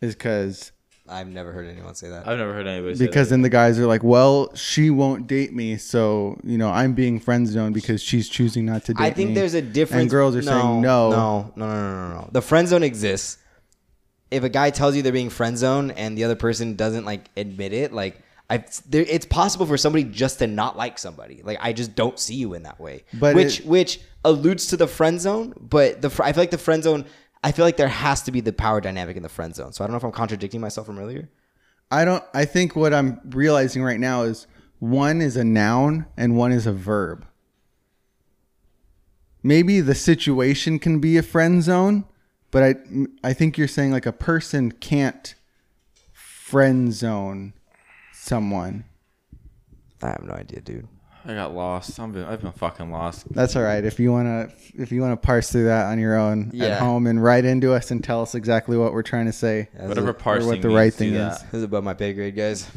S5: Is cuz
S2: I've never heard anyone say that.
S1: I've never heard anybody say
S5: because
S1: that.
S5: then the guys are like, "Well, she won't date me, so, you know, I'm being friend zoned because she's choosing not to date me."
S2: I think there's a difference.
S5: And girls are saying no.
S2: no, no, no, no, no, no. The friend zone exists. If a guy tells you they're being friend zoned and the other person doesn't like admit it, like I, there, it's possible for somebody just to not like somebody. Like I just don't see you in that way.
S5: But
S2: which
S5: it-
S2: which alludes to the friend zone, but the fr- I feel like the friend zone. I feel like there has to be the power dynamic in the friend zone. So I don't know if I'm contradicting myself from earlier.
S5: I don't I think what I'm realizing right now is one is a noun and one is a verb. Maybe the situation can be a friend zone, but I I think you're saying like a person can't friend zone someone.
S2: I have no idea, dude.
S1: I got lost. I'm been, I've been fucking lost.
S5: That's all right. If you want to if you want to parse through that on your own
S2: Yeah.
S5: at home and write into us and tell us exactly what we're trying to say.
S2: That's
S1: Whatever
S2: a-
S1: parsing
S5: what the
S1: means,
S5: right
S1: do
S5: thing
S1: that.
S5: is.
S2: This is above my pay grade, guys.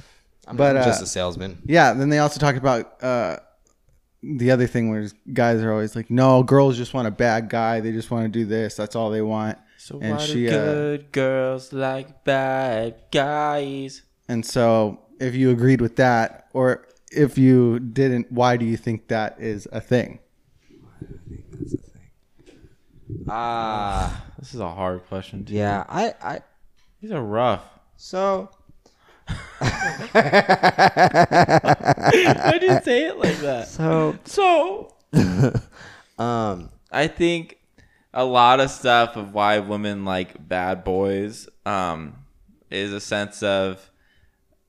S2: I'm
S5: Uh, But,
S2: just
S5: uh,
S2: a salesman.
S5: Yeah, then they also talked about uh, the other thing where guys are always like, "No, girls just want a bad guy. They just want to do this. That's all they want."
S3: So
S5: and
S3: why
S5: she,
S3: do
S5: uh,
S3: good girls like bad guys?
S5: and so if you agreed with that, or if you didn't, why do you think that is a thing?
S2: Ah,
S1: This is a hard question. Dude.
S2: yeah. I, I,
S1: These are rough. (laughs)
S2: So
S3: Why do you say it like that?
S2: (laughs) so
S3: So
S2: um
S1: I think a lot of stuff of why women like bad boys um, is a sense of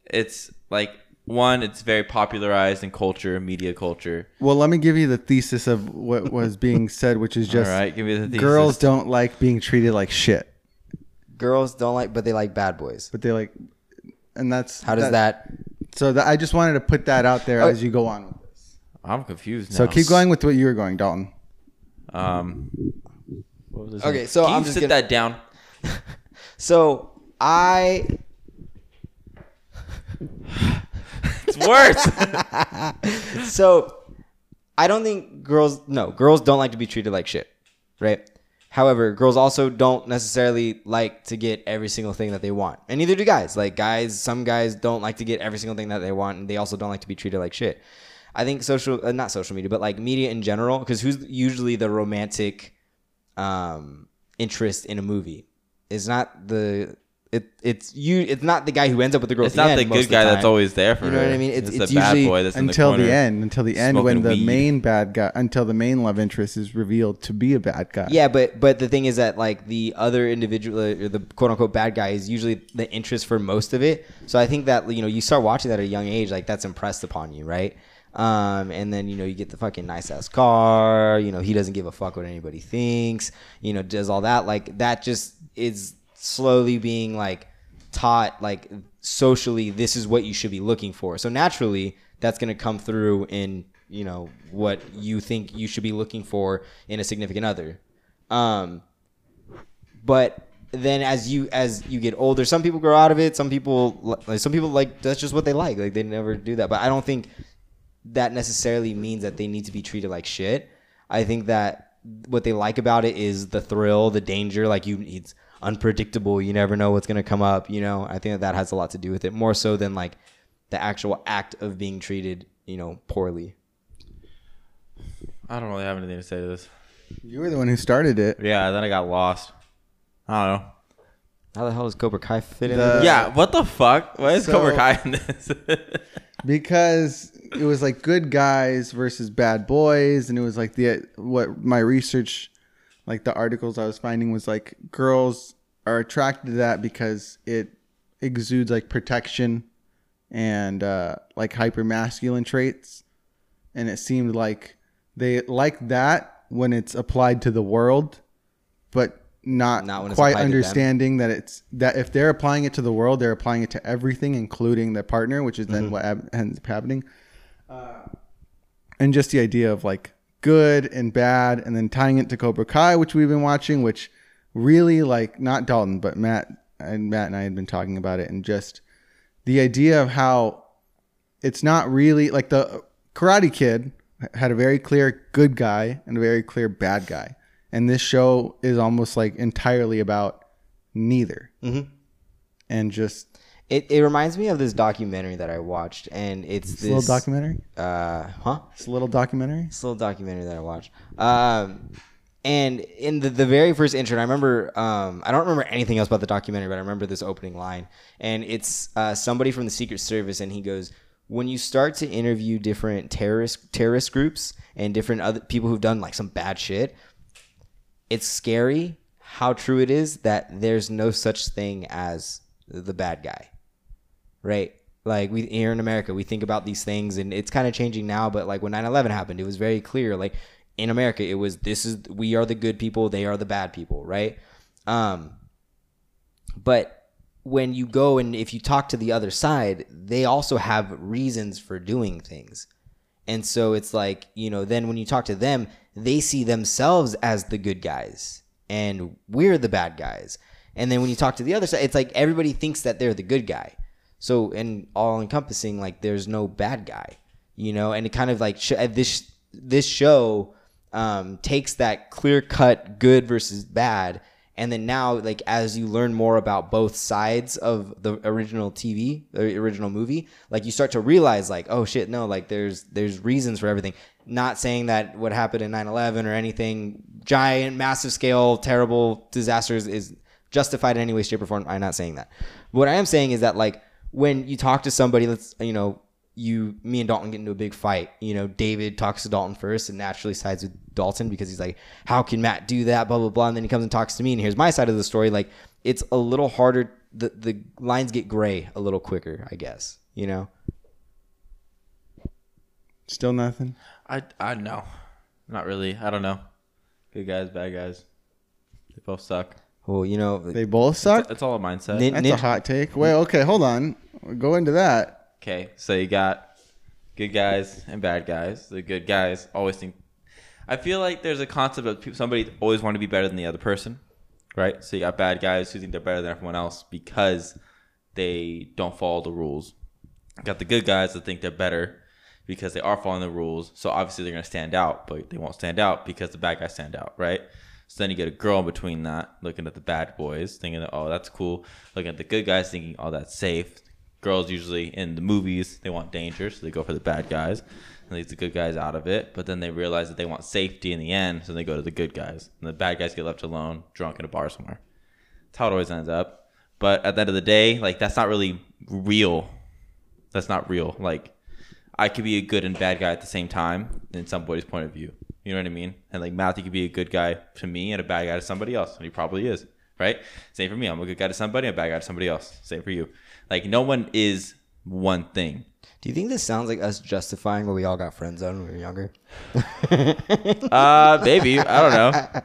S1: it's like one, it's very popularized in culture, media culture.
S5: Well, let me give you the thesis of what
S3: (laughs)
S5: was being said, which is just
S1: All right, give me the thesis.
S5: girls don't like being treated like shit,
S2: girls don't like but they like bad boys.
S5: but they like, and that's
S2: How does that,
S5: So that I just wanted to put that out there
S2: Oh.
S5: as you go on with this.
S1: I'm confused.
S5: So
S1: now.
S5: keep going with what you were going, Dalton.
S1: Um, what was this
S2: Okay,
S1: one?
S2: so
S1: Can
S2: I'm
S1: you
S2: just
S1: sit
S2: gonna-
S1: that
S2: (laughs)
S1: down.
S2: So I
S1: It's worse.
S2: (laughs) so I don't think girls no, girls don't like to be treated like shit, right? However, girls also don't necessarily like to get every single thing that they want. And neither do guys. Like guys, some guys don't like to get every single thing that they want and they also don't like to be treated like shit. I think social uh, not social media, but like media in general cuz who's usually the romantic um, interest in a movie. It's not the it it's you it's not the guy who ends up with the girl.
S1: it's
S2: at
S1: not
S2: end
S1: the
S2: most
S1: good
S2: of
S1: guy that's
S2: time.
S1: always there for
S2: You know what
S1: her.
S2: I mean? It's-
S1: the
S2: it's
S1: bad
S2: usually
S1: boy that's in the
S5: until the,
S1: corner.
S5: end, until the end when
S1: smoking
S5: the
S1: weed.
S5: main bad guy, until the main love interest is revealed to be a bad guy.
S2: Yeah, but but the thing is that like the other individual or the quote unquote bad guy is usually the interest for most of it. So I think that you know you start watching that at a young age, like that's impressed upon you, right? Um, and then you know you get the fucking nice ass car. You know he doesn't give a fuck what anybody thinks. You know does all that like that just is slowly being like taught like socially this is what you should be looking for. So naturally that's going to come through in you know what you think you should be looking for in a significant other um, but then as you as you get older, some people grow out of it. Some people like some people like that's just what they like. Like they never do that. But I don't think that necessarily means that they need to be treated like shit. I think that what they like about it is the thrill, the danger. Like you, it's unpredictable. You never know what's gonna come up. You know, I think that that has a lot to do with it more so than like the actual act of being treated, you know, poorly.
S1: I don't really have anything to say to this.
S5: You were the one who started it.
S1: Yeah, then I got lost. I don't know.
S2: How the hell does Cobra Kai fit in?
S5: The-
S2: into this?
S1: yeah, what the fuck? Why is
S5: so-
S1: Cobra Kai in this? (laughs)
S5: because it was like good guys versus bad boys and it was like the what my research like the articles i was finding was like girls are attracted to that because it exudes like protection and uh, like hyper masculine traits, and it seemed like they like that when it's applied to the world, but not,
S2: Not when it's
S5: quite
S2: applied to them.
S5: understanding that it's that if they're applying it to the world, they're applying it to everything, including their partner, which is then
S2: Mm-hmm.
S5: what ab- ends up happening Uh, and just the idea of like good and bad and then tying it to cobra kai which we've been watching which really like not dalton but matt and matt and i had been talking about it and just the idea of how it's not really like the karate kid had a very clear good guy and a very clear bad guy and this show is almost like entirely about neither
S2: Mhm.
S5: and just
S2: It, it reminds me of this documentary that I watched, and it's
S5: it's
S2: this
S5: a little documentary
S2: Uh, huh?
S5: it's a little documentary
S2: It's a little documentary that I watched. Um, and in the, the very first intro, and I remember, um, I don't remember anything else about the documentary, but I remember this opening line. And it's uh, somebody from the Secret Service, and he goes, When you start to interview different terrorist, terrorist groups and different other people who've done like some bad shit, it's scary how true it is that there's no such thing as the bad guy right? Like we here in America, we think about these things, and it's kind of changing now. But like when 9/11 happened, it was very clear. Like in America, it was this is we are the good people, they are the bad people, right? Um, but when you go and if you talk to the other side, they also have reasons for doing things. And so it's like, you know, then when you talk to them, they see themselves as the good guys and we're the bad guys. And then when you talk to the other side, it's like everybody thinks that they're the good guy. So, and all encompassing, like there's no bad guy, you know, and it kind of like sh- uh, this, this show um, takes that clear cut good versus bad. And then now, like, as you learn more about both sides of the original TV, or original movie, like you start to realize, like, oh shit, no, like there's there's reasons for everything. Not saying that what happened in 9-11 or anything giant, massive scale, terrible disasters is justified in any way, shape, or form. I'm not saying that. What I am saying is that like when you talk to somebody, let's you know, you me and Dalton get into a big fight. You know, David talks to Dalton first and naturally sides with Dalton because he's like, How can Matt do that? Blah blah blah. And then he comes and talks to me and here's my side of the story. Like it's a little harder the the lines get gray a little quicker, I guess. You know?
S5: still nothing
S1: I I know, not really. I don't know. Good guys, bad guys. They both suck.
S2: Well, you know
S5: they both suck
S1: It's all a mindset.
S2: nin-
S5: That's
S2: nin-
S5: a hot take. Wait, okay, hold on. Go into that.
S1: Okay, so you got good guys and bad guys. The good guys always think. I feel like there's a concept of peop- somebody always want to be better than the other person, right? So you got bad guys who think they're better than everyone else because they don't follow the rules. You got the good guys that think they're better because they are following the rules. So obviously they're going to stand out, but they won't stand out because the bad guys stand out, right? So then you get a girl in between that, looking at the bad boys, thinking, that, oh, that's cool. Looking at the good guys, thinking, oh, that's safe. Girls usually in the movies, they want danger, so they go for the bad guys and leaves the good guys out of it. But then they realize that they want safety in the end, so they go to the good guys. And the bad guys get left alone, drunk in a bar somewhere. That's how it always ends up. But at the end of the day, like, that's not really real. That's not real. Like, I could be a good and bad guy at the same time in somebody's point of view. You know what I mean? And like Matthew could be a good guy to me and a bad guy to somebody else, and he probably is, right? Same for me. I'm a good guy to somebody, and a bad guy to somebody else. Same for you. Like no one is one thing.
S2: do you think this sounds like us justifying what we all got friend zoned when we were younger?
S1: Uh, maybe I don't
S5: (laughs)
S1: know.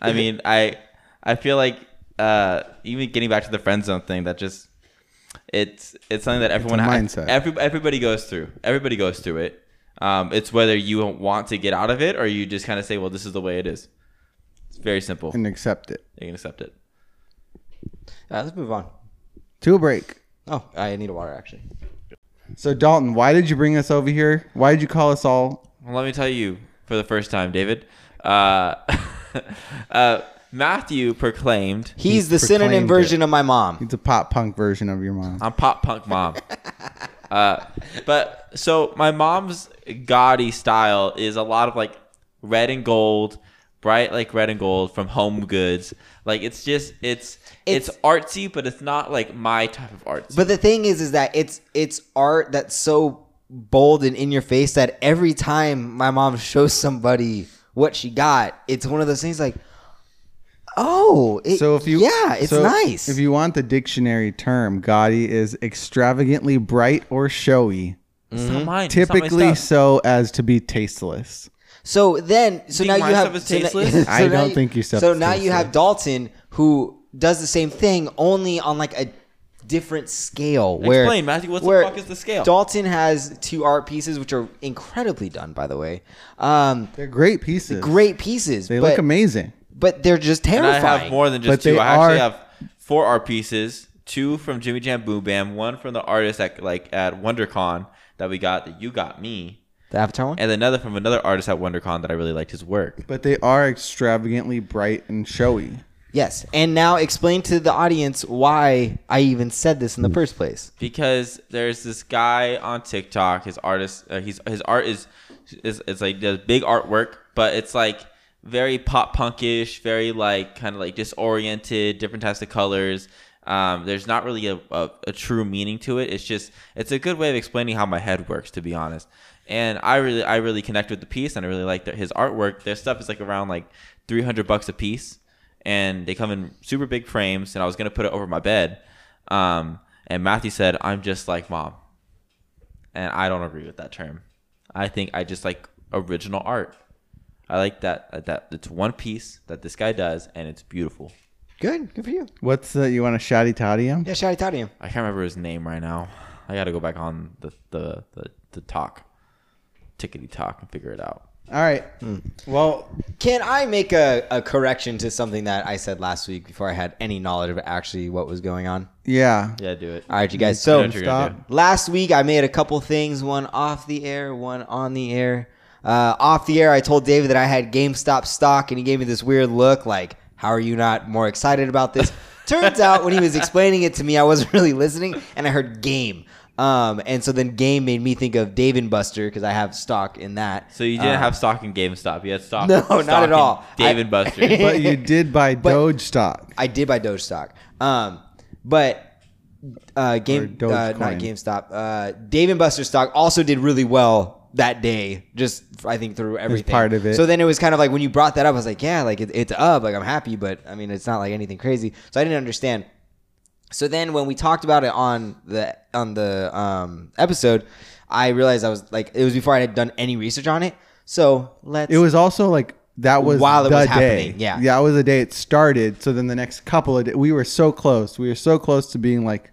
S1: I mean, I I feel like uh, even getting back to the friend zone thing, that just it's it's something that everyone has.
S5: mindset.
S1: Every, everybody goes through. Everybody goes through it. Um, it's whether you want to get out of it or you just kind of say, "Well, this is the way it is." It's very simple.
S5: and accept it.
S1: You can accept it.
S2: All right, let's move on.
S5: To a break.
S2: Oh, I need a water actually.
S5: So Dalton, why did you bring us over here? Why did you call us all?
S1: Well, let me tell you for the first time, David. Uh, (laughs) uh, Matthew proclaimed,
S2: He's the
S5: proclaimed
S2: synonym version of my mom.
S5: It's a pop punk version of your mom.
S1: I'm pop punk mom. uh, but so my mom's gaudy style is a lot of like red and gold, bright like red and gold from Home Goods. Like it's just it's it's,
S2: It's-
S1: artsy, but it's not like my type of artsy.
S2: But the thing is, is that it's it's art that's so bold and in your face that every time my mom shows somebody what she got, it's one of those things like, Oh, it,
S5: So if you
S2: yeah, it's
S5: so
S2: nice.
S5: If you want the dictionary term, gaudy is extravagantly bright or showy,
S1: It's not mine. It's not my
S5: Mhm. typically
S1: stuff.
S5: so as to be tasteless.
S2: so then, so
S1: Think
S2: now
S1: my
S2: you have.
S1: stuff is
S2: so now-
S1: tasteless?
S2: so
S5: I
S2: now
S5: don't
S2: you-
S5: think your stuff
S2: So
S5: is
S2: now you have
S5: tasteless.
S2: Dalton who does the same thing only on like a different scale. Where
S1: Explain, Matthew, what the
S2: where
S1: fuck is the scale?
S2: Dalton has two art pieces which are incredibly done, by the way. Um,
S5: They're great pieces.
S2: great pieces.
S5: They
S2: but,
S5: look amazing.
S2: but they're just
S1: And I
S2: terrifying.
S1: have more than just
S5: But they
S1: two. I actually
S5: are-
S1: have four art pieces: two from Jimmy Jam Boom Bam, one from the artist at like at WonderCon that we got that you got me,
S2: the Avatar one.
S1: and another from another artist at WonderCon that I really liked his work.
S5: But they are extravagantly bright and showy.
S2: Yes. And now explain to the audience why I even said this in the first place.
S1: because there's this guy on TikTok. His artist, uh, he's his art is is it's like does big artwork, but it's like very pop punkish, very like kind of like disoriented, different types of colors. Um, there's not really a, a, a true meaning to it. It's just it's a good way of explaining how my head works, to be honest. And I really I really connect with the piece, and I really like their, his artwork. Their stuff is like around like 300 bucks a piece, and they come in super big frames. And I was gonna put it over my bed, um, and Matthew said, I'm just like mom. And I don't agree with that term. I think I just like original art. I like that that it's one piece that this guy does and it's beautiful.
S2: Good. Good for you.
S5: What's the you want a shoddy toddy him?
S2: Yeah, shout out to him.
S1: I can't remember his name right now. I gotta go back on the the, the, the talk. Tickety talk and figure it out.
S5: All right.
S2: Hmm.
S5: Well,
S2: Can I make a, a correction to something that I said last week before I had any knowledge of actually what was going on?
S5: yeah.
S1: Yeah, do it.
S2: All right, you guys.
S1: I know
S2: So
S1: what you're gonna
S5: stop.
S1: do.
S2: last week I made a couple things, one off the air, one on the air. Uh, off the air, I told David that I had GameStop stock, and he gave me this weird look like, How are you not more excited about
S1: (laughs)
S2: this? Turns out when he was explaining it to me, I wasn't (laughs) really listening, and I heard game. Um, and so then game made me think of Dave and Buster because I have stock in that.
S1: So you didn't
S2: Uh,
S1: have stock in GameStop. You had stock.
S2: No,
S1: stock
S2: not at
S1: in
S2: all.
S1: Dave
S2: I-
S1: and Buster's.
S2: (laughs)
S5: But you did buy
S2: But-
S5: Doge stock.
S2: I did buy Doge stock. Um, but uh,
S5: Or
S2: game
S5: Doge
S2: uh, not
S5: coin.
S2: GameStop. Uh, Dave and Buster stock also did really well that day. Just I think through everything
S5: part of it.
S2: So then it was kind of like when you brought that up, I was like, yeah, like it, it's up. Like I'm happy, but I mean, it's not like anything crazy. So I didn't understand. So then when we talked about it on the on the um, episode, I realized I was like it was before I had done any research on it. So let's
S5: It was also like that was
S2: While it
S5: the
S2: was
S5: day.
S2: happening, yeah.
S5: that was the day it started. So then the next couple of days, we were so close. We were so close to being like,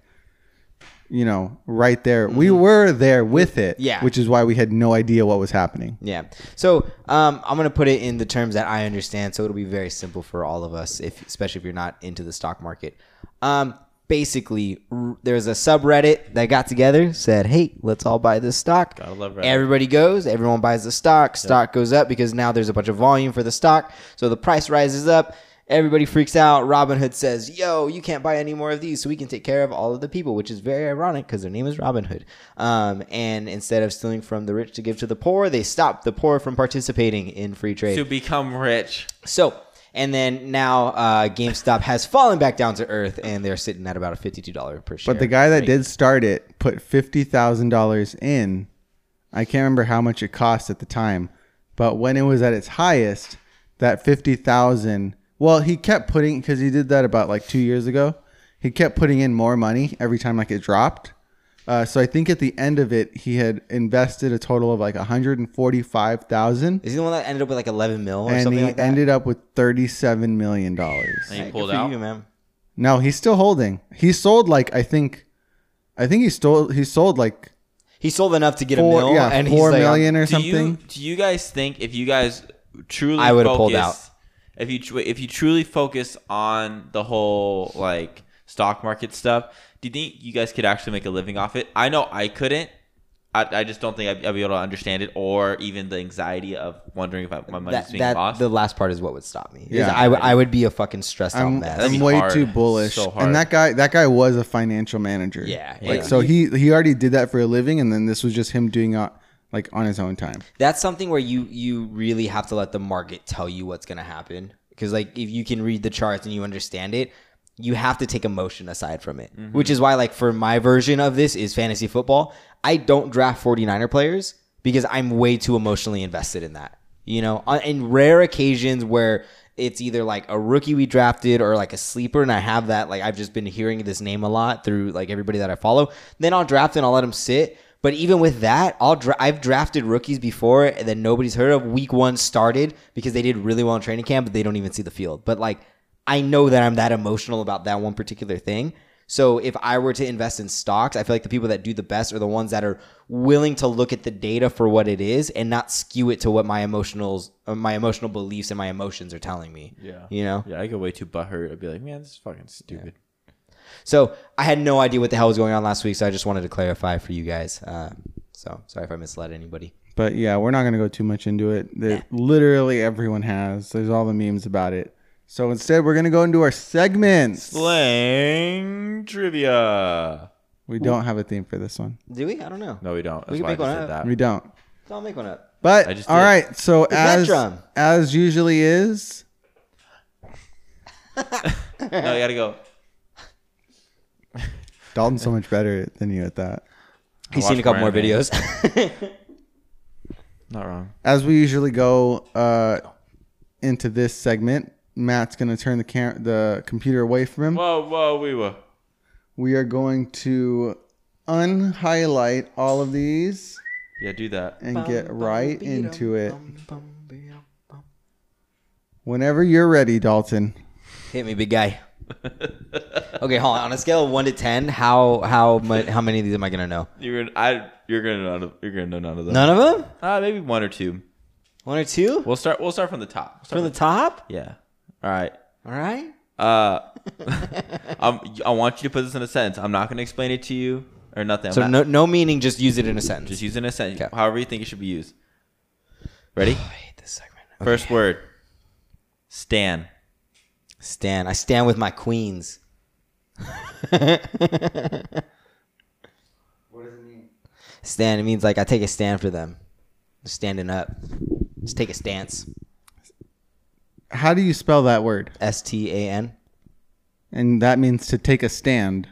S5: you know, right there. We were there with it.
S2: Mm-hmm. Yeah.
S5: which is why we had no idea what was happening.
S2: Yeah. So um, I'm gonna put it in the terms that I understand, so it'll be very simple for all of us, if especially if you're not into the stock market. Um, basically, r- there's a subreddit that got together, said, "Hey, let's all buy this stock."
S1: Gotta love Reddit.
S2: Everybody goes, everyone buys the stock. Stock goes up because now there's a bunch of volume for the stock, so the price rises up. Everybody freaks out. Robinhood says, "Yo, you can't buy any more of these, so we can take care of all of the people," which is very ironic because their name is Robinhood. Um, and instead of stealing from the rich to give to the poor, they stopped the poor from participating in free trade.
S1: to become rich.
S2: So, and then now uh, GameStop has fallen back down to earth, and they're sitting at about a fifty-two dollar per share.
S5: But the guy that did start it put fifty thousand dollars in. I can't remember how much it cost at the time, but when it was at its highest, that fifty thousand. Well, he kept putting because he did that about like two years ago. He kept putting in more money every time like it dropped. Uh, so I think at the end of it, he had invested a total of like one hundred and forty-five thousand,
S2: is he the one that ended up with like eleven mil or
S5: and
S2: something
S5: he
S2: like that?
S5: ended up with thirty-seven million dollars.
S1: And
S2: Hey,
S1: he
S2: good
S1: pulled
S2: for
S1: out.
S2: you, man.
S5: No, he's still holding. He sold like I think, I think he stole. He sold like
S2: He sold enough to get
S5: four,
S2: a mil,
S5: yeah,
S2: and
S5: four
S2: he's
S5: million or
S1: do You,
S5: something.
S1: do you guys think if you guys truly
S2: I would've pulled
S1: focused- if you tru- if you truly focus on the whole like stock market stuff, do you think you guys could actually make a living off it? I know I couldn't. I, I just don't think I'd, I'd be able to understand it, or even the anxiety of wondering if I, my
S2: Like,
S1: money's
S2: that,
S1: being
S2: that-
S1: lost.
S2: the last part is what would stop me. Yeah,
S5: Yeah.
S2: I, w- I would be a fucking stressed out
S5: I'm,
S2: mess.
S5: I'm
S1: That's
S5: way
S1: hard.
S5: too bullish.
S1: So hard.
S5: and that guy, that guy was a financial manager.
S2: Yeah,
S5: Like
S2: yeah.
S5: so, he he already did that for a living, and then this was just him doing it like on his own time.
S2: that's something where you you really have to let the market tell you what's going to happen because like if you can read the charts and you understand it you have to take emotion aside from it which is why like for my version of this is fantasy football i don't draft 49er players because i'm way too emotionally invested in that you know on in rare occasions where it's either like a rookie we drafted or like a sleeper, and I have that like I've just been hearing this name a lot through like everybody that I follow. Then I'll draft and I'll let him sit. But even with that, I'll dra- I've drafted rookies before and then nobody's heard of. Week one started because they did really well in training camp, but they don't even see the field. But like I know that I'm that emotional about that one particular thing. So if I were to invest in stocks, I feel like the people that do the best are the ones that are willing to look at the data for what it is and not skew it to what my emotionals, uh, my emotional beliefs and my emotions are telling me.
S1: Yeah.
S2: You know?
S1: Yeah, I get way too butthurt. I'd be like, man, this is fucking stupid.
S2: So I had no idea what the hell was going on last week. So I just wanted to clarify for you guys. Um, so sorry if I misled anybody.
S5: But yeah, we're not going to go too much into it. There, Literally everyone has. There's all the memes about it. So instead, we're going to go into our segments.
S1: Slang trivia.
S5: We don't have a theme for this one.
S2: Do we? I don't know.
S1: No, we don't. That's
S2: We can
S1: why I
S2: make one
S1: just did
S2: up.
S1: that.
S5: We don't.
S2: So I'll make one up.
S5: But
S1: I just
S5: all
S1: did.
S5: right, so
S2: that
S5: as
S2: drum.
S5: as usually is,
S1: No, you gotta go.
S5: Dalton's so much better than you at that.
S2: He's seen a
S1: watched
S2: couple more
S1: Brandon. (laughs)
S2: videos.
S1: Not wrong.
S5: As we usually go uh, into this segment, Matt's gonna turn the cam- the computer away from him.
S1: Whoa, whoa, we were.
S5: We are going to unhighlight all of these
S1: Yeah, do that.
S5: and get right into it. Whenever you're ready, Dalton.
S2: Hit me, big guy. okay, hold on. On a scale of one to ten, how how mu- how many of these am I gonna know?
S1: You're gonna, I, you're gonna, know, you're gonna know none of them.
S2: None of them?
S1: Uh, maybe one or two.
S2: One or two?
S1: We'll start. We'll start from the top. We'll start
S2: From the top?
S1: yeah. All right.
S2: All right.
S1: Uh, (laughs) I'm, I want you to put this in a sentence. I'm not gonna explain it to you or nothing. I'm
S2: So
S1: not-
S2: no no meaning, just use it in a sentence.
S1: Just use it in a sentence.
S2: Okay.
S1: However you think it should be used.
S2: (sighs)
S1: Ready?
S2: I hate this segment.
S1: First word. Stan.
S2: Stand. I stand with my queens.
S4: What does it mean?
S2: Stand. It means like I take a stand for them. Standing up. Just take a stance.
S5: How do you spell that word?
S2: S T A N.
S5: And that means to take a stand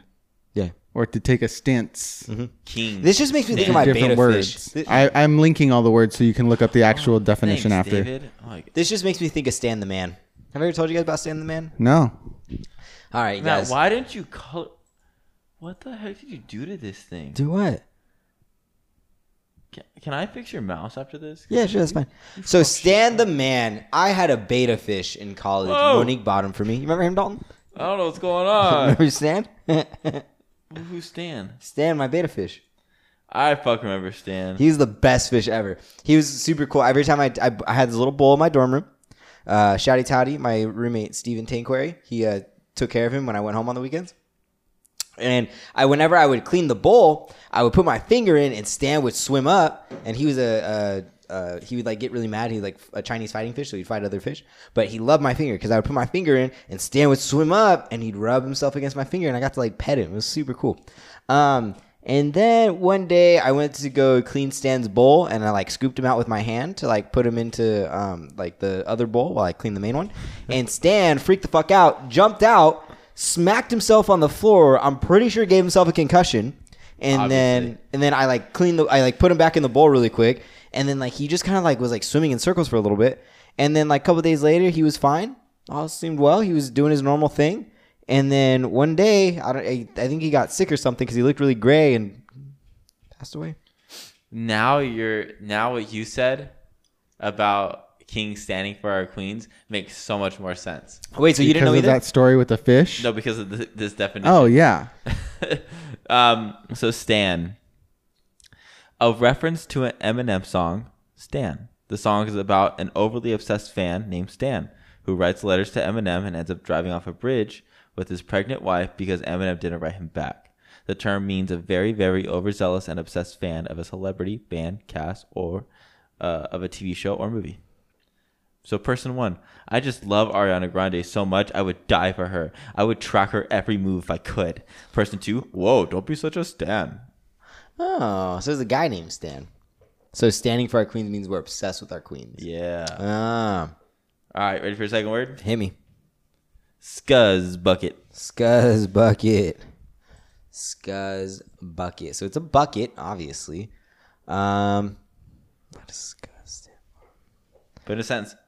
S2: Yeah.
S5: or to take a stance.
S1: King.
S2: This just makes me think of my beta
S5: Different words.
S2: fish. Thi-
S5: I, I'm linking all the words so you can look up the actual definition
S1: Thanks,
S5: after.
S1: David. Oh, my-
S2: This just makes me think of Stan the Man. Have I ever told you guys about Stan the Man?
S5: No,
S2: All right, you
S1: Matt,
S2: guys.
S1: why didn't you color? What the heck did you do to this thing?
S2: Do what?
S1: Can, can I fix your mouse after this?
S2: Yeah, sure, that's fine.
S1: Oh,
S2: So Stan the Man, I had a beta fish in college.
S1: Whoa. Uh,
S2: Monique bought him for me. You remember him, Dalton?
S1: I don't know what's going on.
S2: (laughs) remember Stan?
S1: Who's Stan?
S2: Stan, my beta fish.
S1: I fuck remember Stan.
S2: He was the best fish ever. He was super cool. Every time I, I, I had this little bowl in my dorm room. Uh, Shouty Toddy, my roommate Stephen Tanquary, he uh, took care of him when I went home on the weekends. And I, whenever I would clean the bowl, I would put my finger in, and Stan would swim up, and he was a, a, a he would like get really mad. He was like a Chinese fighting fish, so he'd fight other fish. But he loved my finger because I would put my finger in, and Stan would swim up, and he'd rub himself against my finger, and I got to like pet him. It was super cool. Um, and then one day I went to go clean Stan's bowl, and I like scooped him out with my hand to like put him into um, like the other bowl while I cleaned the main one. And Stan freaked the fuck out, jumped out smacked himself on the floor. I'm pretty sure gave himself a concussion, and then and then I like cleaned the I like put him back in the bowl really quick, and then like he just kind of like was like swimming in circles for a little bit, and then like a couple days later he was fine. All seemed well. He was doing his normal thing, and then one day I don't I, I think he got sick or something because he looked really gray and passed away.
S1: now you're now what you said about King standing for our queens makes so much more sense.
S2: Wait, so you didn't
S5: because
S2: know
S5: of
S2: either?
S5: that story with the fish.
S1: No, because of this, this definition.
S5: Oh yeah,
S1: um, so Stan, a reference to an Eminem song, Stan. The song is about an overly obsessed fan named Stan who writes letters to Eminem and ends up driving off a bridge with his pregnant wife because Eminem didn't write him back. The term means a very, very overzealous and obsessed fan of a celebrity, band, cast, or uh, of a TV show or movie. So person one, I just love Ariana Grande so much I would die for her. I would track her every move if I could. Person two, whoa, don't be such a stan.
S2: Oh, so there's a guy named Stan. So standing for our queens means we're obsessed with our queens.
S1: Yeah.
S2: Ah,
S1: All right, ready for your second word?
S2: hit me.
S1: Scuzz bucket.
S2: Scuzz bucket. Scuzz bucket. So it's a bucket, obviously. Um, what does scuzz stand
S1: But in a sentence,
S2: for?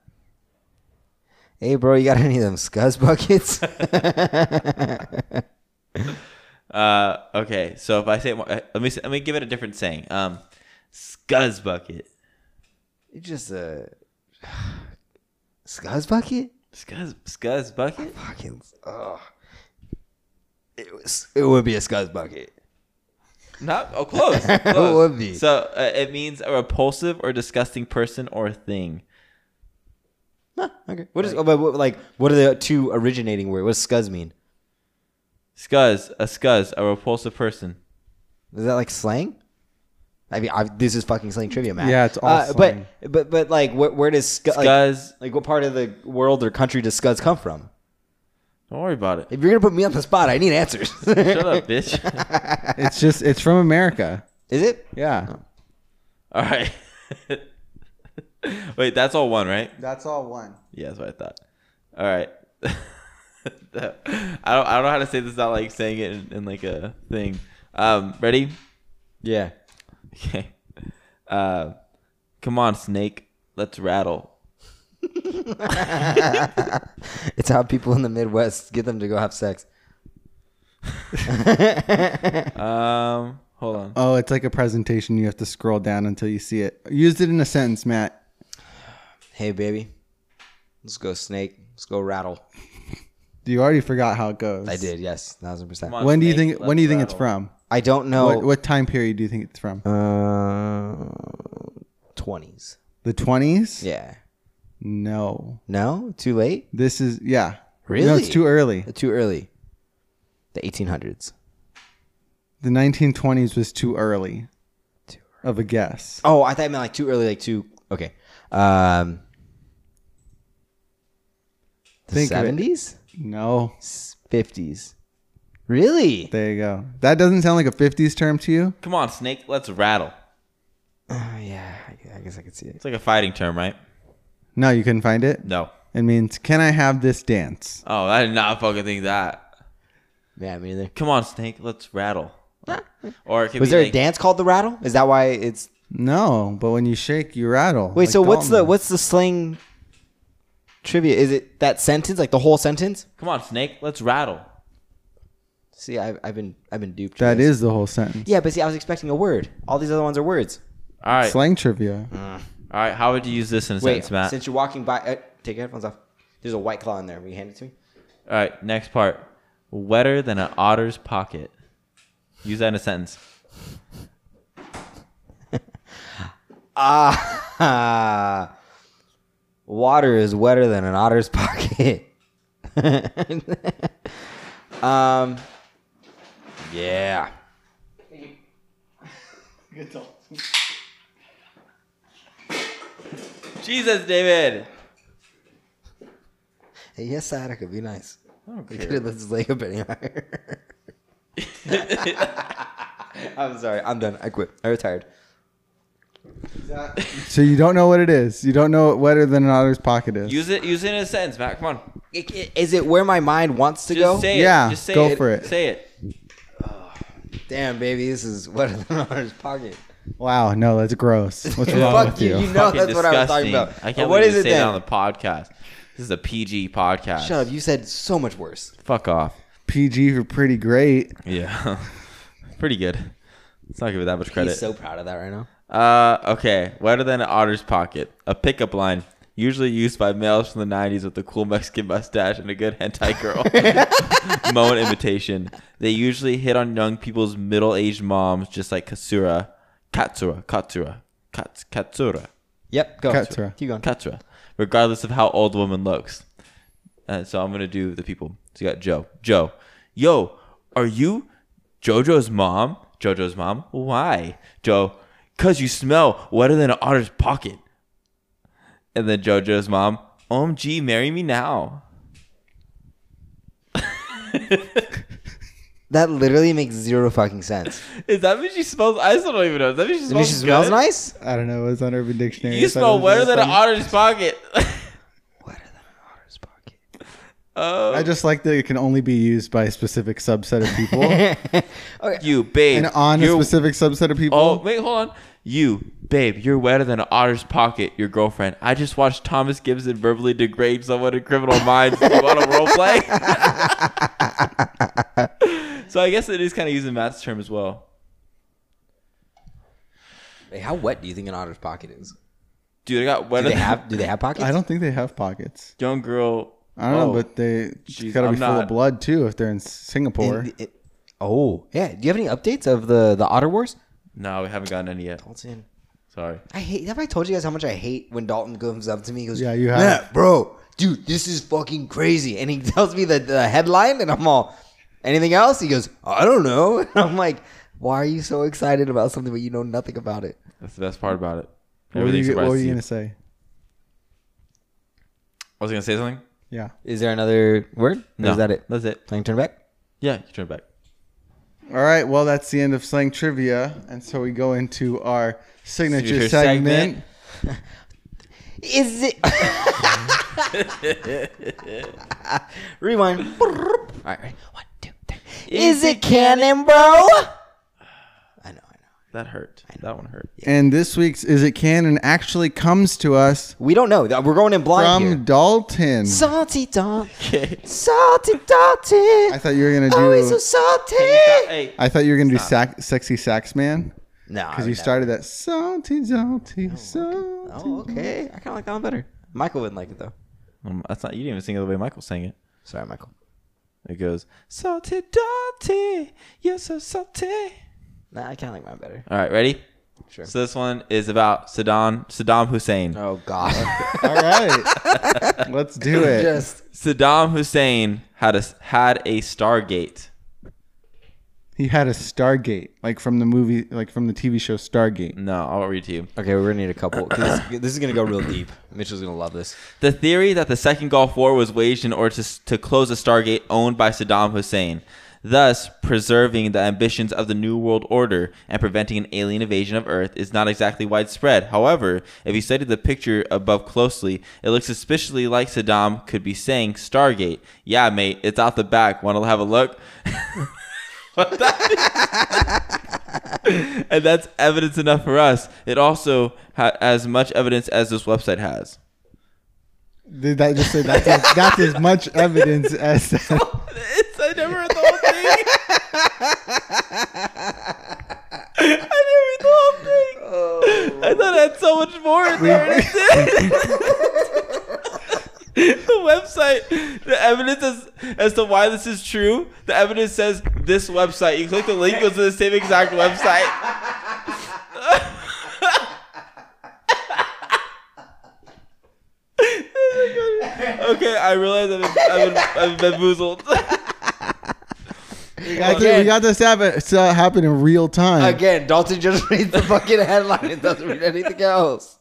S2: Hey, bro, you got any of them scuzz buckets?
S5: (laughs)
S1: Uh, okay, so if I say it more- uh, let me s- let me give it a different saying. Um, scuzz bucket,
S2: It's just a scuzz bucket.
S1: scuzz scuzz bucket.
S2: Fucking oh, it was. It would be a scuzz bucket.
S1: Not oh close.
S2: (laughs) It
S1: close.
S2: would be.
S1: So uh, it means a repulsive or disgusting person or thing.
S2: Huh, okay. What is? oh, but what, like, what are the two originating words? What does scuzz mean?
S1: Scuzz, a scuzz, a repulsive person.
S2: Is that like slang? I mean, I, this is fucking slang trivia, man.
S5: Yeah, it's all
S2: Uh,
S5: slang.
S2: But but but like, where, where does scuzz? Like,
S1: Scuzz.
S2: like, what part of the world or country does scuzz come from?
S1: don't worry about it.
S2: If you're gonna put me on the spot, I need answers.
S1: Shut up, bitch. (laughs)
S5: It's just it's from America.
S2: (laughs) Is it?
S5: Yeah.
S1: all right. (laughs) Wait, that's all one, right?
S5: That's all one.
S1: Yeah, that's what I thought. All right. (laughs) That- I don't. I don't know how to say this without like saying it in, in like a thing. Um, ready? (laughs)
S2: Yeah.
S1: Okay. Uh, come on, snake. Let's rattle.
S2: It's how people in the Midwest get them to go have sex.
S1: Um, hold on.
S5: Oh, it's like a presentation. You have to scroll down until you see it. Used it in a sentence, Matt.
S2: Hey, baby. Let's go snake. Let's go rattle.
S5: You already forgot how it goes.
S2: I did, yes, thousand percent.
S1: Come on,
S5: When do you
S1: snake,
S5: think? When do you
S1: let's
S5: think it's
S1: rattle.
S5: from?
S2: I don't know.
S5: What, what time period do you think it's from?
S2: Uh, Twenties.
S5: The twenties?
S2: yeah.
S5: No.
S2: No, too late.
S5: This is yeah. No,
S2: Really?
S5: it's too early.
S2: Too early. The eighteen hundreds.
S5: The 1920s was too early. Of a guess.
S2: Oh, I thought I meant like too early, like too. Okay. Um. The
S5: Think of it.
S2: seventies,
S5: No.
S2: fifties. Really?
S5: There you go. That doesn't sound like a 50s term to you?
S1: Come on, snake. Let's rattle.
S2: Oh, yeah, I- I guess I could see it.
S1: It's like a fighting term, right?
S5: No, you couldn't find it.
S1: No.
S5: It means can I have this dance?
S1: Oh, I did not fucking think that.
S2: Yeah, me neither.
S1: Come on, snake. Let's rattle. or it could
S2: Was
S1: be
S2: there a
S1: like-
S2: dance called the rattle? Is that why it's?
S5: No, but when you shake, you rattle.
S2: Wait,
S5: like
S2: so what's the
S5: Dalton.
S2: what's the slang trivia? Is it that sentence, like the whole sentence?
S1: Come on, snake. Let's rattle.
S2: See, I've, I've been I've been duped.
S5: That is the whole sentence.
S2: Yeah, but see, I was expecting a word. All these other ones are words.
S1: All right. Mm.
S5: Slang trivia.
S1: All right. How would you use this in a
S2: Wait,
S1: sentence, Matt?
S2: since you're walking by, uh, take your headphones off. There's a white claw in there. Will you hand it to me?
S1: All right. Next part. Wetter than an otter's pocket. Use that in a
S2: (laughs)
S1: sentence.
S2: Ah, (laughs) water is wetter than an otter's (laughs) pocket. um, yeah.
S1: Jesus, David.
S2: Hey, yes, Attica, be nice.
S1: Okay.
S2: (laughs) Let's lay up any higher. (laughs) I'm sorry. I'm done. I quit. I retired.
S4: Is that
S5: So you don't know what it is. You don't know what wetter than an otter's pocket is.
S1: Use it. Use it in a sentence, Matt. Come on.
S2: I- i- Is it where my mind wants to
S1: Just
S2: go?
S1: say
S5: Yeah,
S1: it. Just say
S5: go
S1: it.
S5: for it.
S1: Say it.
S2: Damn, baby, this is (laughs) wetter than an otter's pocket.
S5: wow, no,
S2: (laughs)
S5: that's gross. What's wrong
S2: Fuck
S5: with
S2: you,
S5: you?
S2: you know- (laughs) No,
S1: Fucking
S2: that's what I was talking
S1: disgusting.
S2: about.
S1: I can't
S2: What
S1: believe
S2: is
S1: you
S2: it
S1: say that
S2: then?
S1: on the podcast. This is a PG podcast.
S2: Shut up. You said so much worse.
S1: Fuck off.
S5: PG for pretty great.
S1: Yeah. (laughs) Pretty good. Let's not give it that much credit.
S2: He's so proud of that right now.
S1: uh, okay. Wetter than an otter's pocket. A pickup line. Usually used by males from the 90s with a cool Mexican mustache and a good hentai girl. Moan imitation. They usually hit on young people's middle aged moms, just like Kasura. Katsura. Katsura. Kats, Katsura.
S2: Yep, go.
S5: Cut, Sarah.
S2: Keep going.
S1: Katra, regardless of how old the woman looks. And so I'm gonna do the people. So you got Joe. Joe, yo, are you JoJo's mom? JoJo's mom? Why? Joe, cause you smell wetter than an otter's pocket. And then JoJo's mom, OMG, marry me now.
S2: That literally makes zero fucking (laughs) sense.
S1: Is that mean she smells? I still don't even know. Is that mean she
S2: I mean,
S1: smells?
S2: she smells
S1: good?
S2: nice.
S5: I don't know. It was on Urban Dictionary.
S1: You
S5: I thought it
S1: smell
S5: was
S1: wetter than an
S5: funny.
S1: otter's pocket.
S2: Wetter than an otter's pocket.
S1: (laughs) Oh,
S5: I just like that it can only be used by a specific subset of
S1: (laughs)
S5: people.
S2: (laughs)
S1: you babe.
S5: and on a
S1: you're-
S5: specific subset of people.
S1: Oh, wait, hold on. You, babe, you're wetter than an otter's pocket, your girlfriend. I just watched Thomas Gibson verbally degrade someone in Criminal Minds. you want to roleplay? (laughs) so I guess it is kind of using Matt's term as well.
S2: Wait, how wet do you think an otter's pocket is?
S1: Dude, I got
S2: Do
S1: wetter
S2: they
S1: than
S2: have do they have pockets?
S5: I don't think they have pockets.
S1: (laughs) young girl.
S5: I don't know,
S1: Oh,
S5: but they
S1: jeez,
S5: gotta be
S1: I'm
S5: full of
S1: not-
S5: blood too if they're in Singapore.
S2: In- in- oh yeah. Do you have any updates of the the Otter Wars?
S1: No, we haven't gotten any yet.
S2: Dalton,
S1: Sorry.
S2: I hate. Have I told you guys how much I hate when Dalton comes up to me? and goes,
S5: Yeah, you have.
S2: "Matt, bro, dude, this is fucking crazy. And he (laughs) tells me the, the headline, and I'm all, anything else? He goes, I don't know. (laughs) And I'm like, why are you so excited about something when you know nothing about it?
S1: That's the best part about it.
S5: what were
S1: Everything
S5: you, what were
S1: surprises
S5: you
S1: you.
S5: gonna say?
S1: I was going to say something?
S5: Yeah.
S2: Is there another word? Or
S1: No.
S2: Is that it?
S1: That's it.
S2: Can I turn back?
S1: Yeah, you turn it back.
S5: All right. Well, that's the end of slang trivia, and so we go into our signature
S1: Signature
S5: segment.
S1: segment.
S2: Is it? (laughs) Rewind. (laughs) All right, ready? one, two, three. Is, it canon, bro? I know, I know.
S1: That hurt. That one hurt.
S5: And this week's Is It Canon actually comes to us
S2: We don't know. We're going in blind
S5: from
S2: here.
S5: Dalton.
S2: Mm. Salty (laughs) Dalton. Salty Dalton.
S5: I thought you were gonna do.
S2: Always so salty.
S1: Hey,
S5: I thought you were gonna do sac- sexy sax man
S2: No.
S5: because you started that salty, salty, salty.
S2: Oh, okay. I kind of like that one better. Michael wouldn't like it, though.
S1: um, that's not, you didn't even sing it the way Michael sang it.
S2: Sorry, Michael.
S1: It goes, Salty Dotty, you're so salty.
S2: Nah, I kind of like mine better.
S1: All right, ready?
S2: Sure.
S1: So this one is about Saddam Saddam Hussein.
S2: Oh, (laughs) God.
S5: All right,
S2: (laughs)
S5: let's do it.
S2: Just.
S1: Saddam Hussein had a had a Stargate.
S5: He had a Stargate, like from the movie, like from the TV show Stargate.
S1: No, I'll read to you.
S2: Okay, we're going to need a couple. 'cause This, this is going to go real deep. Mitchell's going to love this.
S1: The theory that the second Gulf War was waged in order to, to close a Stargate owned by Saddam Hussein, thus preserving the ambitions of the New World Order and preventing an alien invasion of Earth, is not exactly widespread. However, if you study the picture above closely, it looks suspiciously like Saddam could be saying Stargate. Yeah, mate, it's out the back. Want to have a look? (laughs) What that is. (laughs) and that's evidence enough for us. It also ha- as much evidence as this website has.
S5: Did that just say that's as, that's as much evidence as? (laughs)
S1: It's, I never read the whole thing. I never read the whole thing. I thought I had so much more in there, and it did. (laughs) the website, the evidence as, as to why this is true, the evidence says this website. You click the link, it goes to the same exact website. (laughs) Oh Okay, I realize I've been, I've been, I've been bamboozled. (laughs)
S5: I think we got this happen, so it happened in real time.
S2: Again, Dalton just (laughs) reads the fucking headline and doesn't read anything else.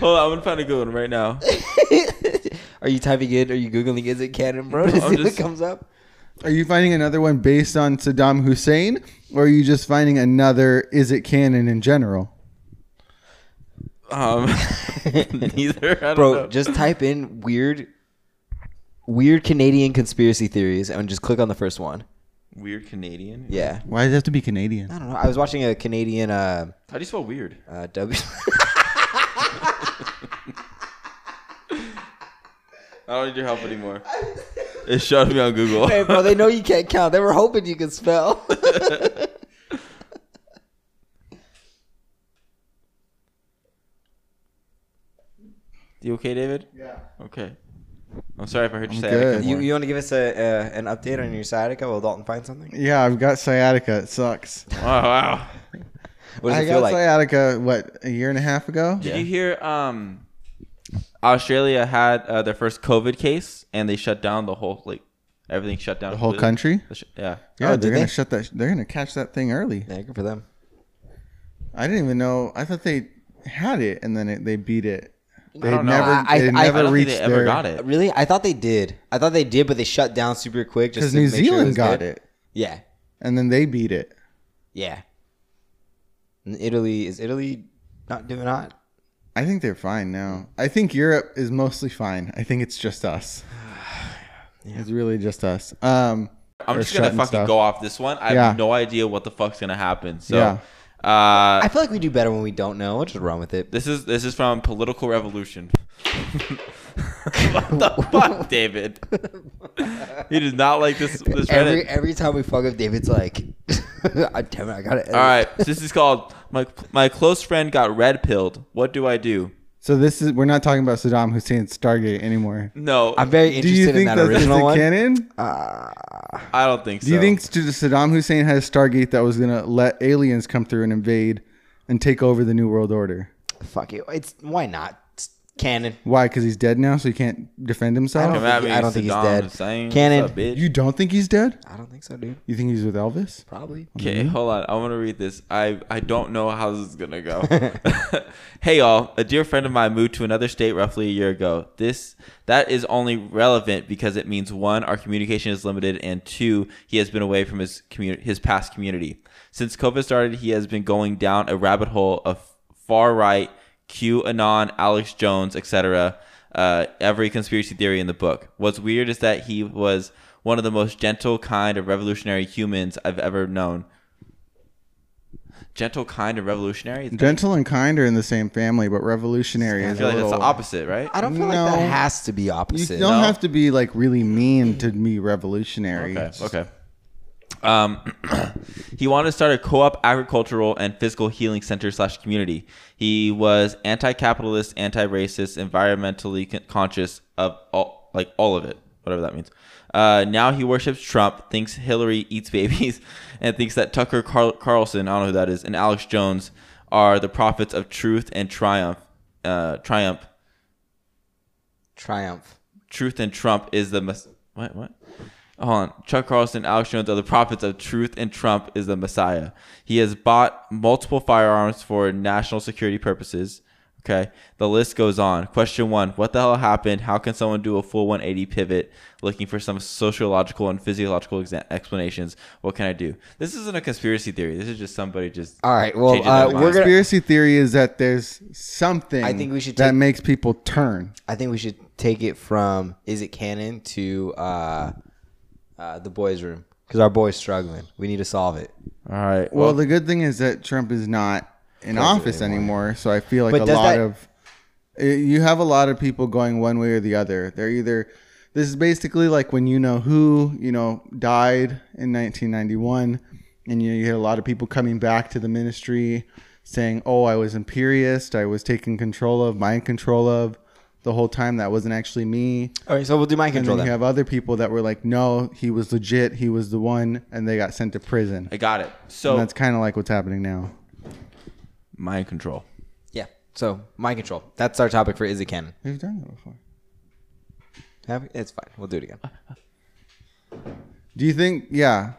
S1: Hold on, I'm gonna find a good one right now.
S2: Are you typing in? Are you Googling, is it canon, bro? To
S1: I'm
S2: see what
S1: just-
S2: comes up?
S5: Are you finding another one based on Saddam Hussein, or are you just finding another? Is it canon in general?
S1: Um, neither. I don't
S2: bro
S1: know.
S2: just type in weird weird canadian conspiracy theories and just click on the first one
S1: (laughs) weird Canadian.
S2: yeah
S5: Why does it have to be Canadian?
S2: i don't know i was watching a canadian uh,
S1: How do you spell weird?
S2: uh w (laughs)
S1: I don't need your help anymore. it showed me on Google.
S2: hey bro they know you can't count they were hoping you could spell (laughs)
S1: You okay, David? Yeah. Okay. I'm sorry if I heard you
S5: I'm
S1: say that.
S5: good.
S2: you, you want to give us a uh, an update on your sciatica while dalton finds something
S5: Yeah, I've got sciatica. It sucks.
S1: Oh, wow.
S2: what does
S5: I
S2: it
S5: got
S2: feel like
S5: sciatica. What a year and a half ago.
S1: Did you hear? Um, Australia had uh, their first COVID case, and they shut down the whole like everything shut down.
S5: The whole
S1: completely.
S5: country.
S1: The sh- Yeah.
S5: Yeah,
S2: Oh, did
S5: they're gonna
S2: they?
S5: shut that. They're gonna catch that thing early.
S2: yeah good for them
S5: I didn't even know. I thought they had it, and then it, they beat it. They
S1: don't know.
S5: never.
S2: I-
S5: they
S2: I- I
S5: never
S1: I don't
S5: reached
S1: think they ever
S5: their-
S1: got it.
S2: really i thought they did i thought they did but they shut down super quick just
S5: because
S2: to
S5: New
S2: make sure
S5: Zealand
S2: was
S5: got
S2: good.
S5: it,
S2: yeah
S5: and then they beat it.
S2: yeah And italy is italy not doing hot
S5: I
S2: (sighs)
S5: think they're fine now. I think Europe is mostly fine. I think it's just us. It's really just us. Um,
S1: I'm
S5: or
S1: just gonna
S5: shutting
S1: fucking
S5: stuff.
S1: go off this one. I
S5: Yeah.
S1: have no idea what the fuck's gonna happen. So, uh,
S2: I feel like we do better when we don't know. We'll just run with it.
S1: this is this is from Political Revolution. (laughs) what
S2: (laughs)
S1: the fuck, David? he does not like this. This
S2: Every
S1: Reddit.
S2: every time we fuck up, David's like, (laughs) "Ah, "Damn it, I got it."
S1: All right, this is called my my close friend got red pilled. What do I do?
S5: So this is we're not talking about Saddam Hussein's Stargate anymore.
S1: No,
S2: I'm very
S5: Do
S2: interested
S5: you
S2: in
S5: think
S2: that
S5: that's
S2: original
S5: the
S2: one. Uh,
S5: canon?
S1: I don't think so.
S5: Do you think St- Saddam Hussein had a Stargate that was gonna let aliens come through and invade and take over the New World Order?
S2: Fuck you. It's why not It's canon.
S5: Why? Because he's dead now, so he can't defend himself.
S2: I
S1: Come
S2: don't
S1: at
S2: think-
S1: me,
S2: I don't think he's
S1: Saddam
S2: dead.
S1: Hussein.
S2: Cannon.
S1: What's up, bitch?
S5: You don't think he's dead?
S2: I don't think so, dude.
S5: You think he's with Elvis?
S2: Probably.
S1: Okay, hold on. I want to read this. I, I don't know how this is going to go. (laughs) hey, y'all. A dear friend of mine moved to another state roughly a year ago. This That is only relevant because it means one, our communication is limited, and two, he has been away from his, commu- his past community. Since COVID started, he has been going down a rabbit hole of far right, QAnon, Alex Jones, etc. Uh, every conspiracy theory in the book. What's weird is that he was one of the most gentle, kind of revolutionary humans I've ever known. Gentle, kind, and revolutionary. I
S5: Gentle and kind are in the same family, but revolutionary is a
S1: feel like that's the
S5: little.
S1: opposite, right?
S2: I don't feel
S5: No.
S2: like that has to be
S5: you
S2: opposite.
S5: don't
S1: No.
S5: have to be like really mean to be revolutionary.
S1: Okay. Okay. Um, (clears throat) he wanted to start a co-op agricultural and physical healing center slash community. He was anti-capitalist, anti-racist, environmentally con- conscious of all, like all of it, whatever that means. Uh, now he worships Trump, thinks Hillary eats babies, (laughs) and thinks that Tucker Carl- Carlson, I don't know who that is, and Alex Jones are the prophets of truth and triumph. Uh, triumph,
S2: Triumph.
S1: truth and Trump is the mes- what what. Hold on. Chuck Carlson, Alex Jones are the prophets of truth, and Trump is the Messiah. He has bought multiple firearms for national security purposes. Okay. The list goes on. Question one What the hell happened? How can someone do a full 180 pivot looking for some sociological and physiological exa- explanations? What can I do? This isn't a conspiracy theory. This is just somebody just.
S2: All right. Well,
S1: Changing their
S2: uh,
S1: minds.
S2: we're gonna.
S5: Conspiracy theory is that there's something
S2: I think we should
S5: that
S2: take-
S5: makes people turn.
S2: I think we should take it from is it canon to uh, uh, the boys' room because our boy's struggling. We need to solve it.
S1: All right.
S5: Well, the good thing is that Trump is not in office anymore, so I feel like
S2: But
S5: a
S2: does
S5: lot
S2: that-
S5: of eh, you have a lot of people going one way or the other. They're either this is basically like when you know who you know died in 1991, and you, you hear a lot of people coming back to the ministry saying, "Oh, I was imperialist. I was taken control of, mind control of." The whole time that wasn't actually me.
S2: All right. So we'll do mind
S5: And
S2: control
S5: then you
S2: then.
S5: have other people that were like, no, he was legit. He was the one. And they got sent to prison.
S1: I got it.
S5: And
S1: So,
S5: that's kind of like what's happening now.
S1: mind control. (laughs)
S2: Yeah. So mind control. That's our topic for is it canon.
S5: We've done that before.
S2: Have- It's fine. We'll do it again.
S5: Do you think? Yeah.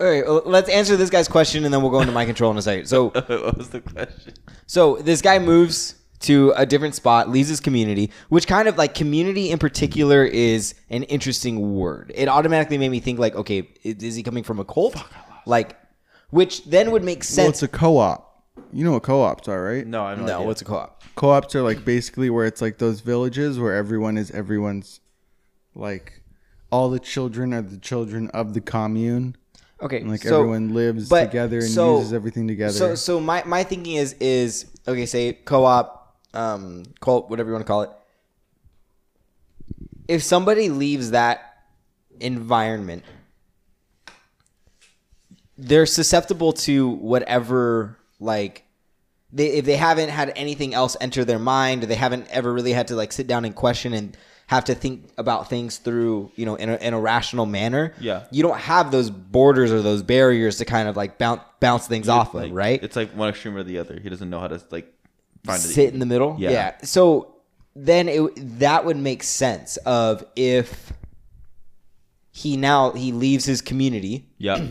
S2: All right. well, Let's answer this guy's question and then we'll go into mind control in a second. So
S1: what was the question?
S2: So this guy moves to a different spot, leaves his community, which kind of like community in particular is an interesting word. It automatically made me think like, okay, i- is he coming from a cult? like, which then would make
S5: Well, it's
S2: sense.
S5: a co-op. You know what co-ops are, right?
S1: No, I have no,
S2: no,
S1: idea.
S2: what's a co-op?
S5: Co-ops are like basically where it's like those villages where everyone is everyone's, like, all the children are the children of the commune.
S2: Okay,
S5: Like
S2: so-
S5: everyone lives
S2: but-
S5: together and
S2: so-
S5: uses everything together.
S2: So, so my my thinking is is okay. Say co-op, um, cult, whatever you want to call it. If somebody leaves that environment, they're susceptible to whatever like. They, if they haven't had anything else enter their mind, they haven't ever really had to like sit down and question and have to think about things through, you know, in a, in a rational manner.
S1: Yeah.
S2: you don't have those borders or those barriers to kind of like bounce bounce things off
S1: like,
S2: of, right?
S1: It's like one extreme or the other. He doesn't know how to like find
S2: sit in the middle.
S1: Yeah.
S2: Yeah. So then it that would make sense of if he now he leaves his community
S1: Yeah,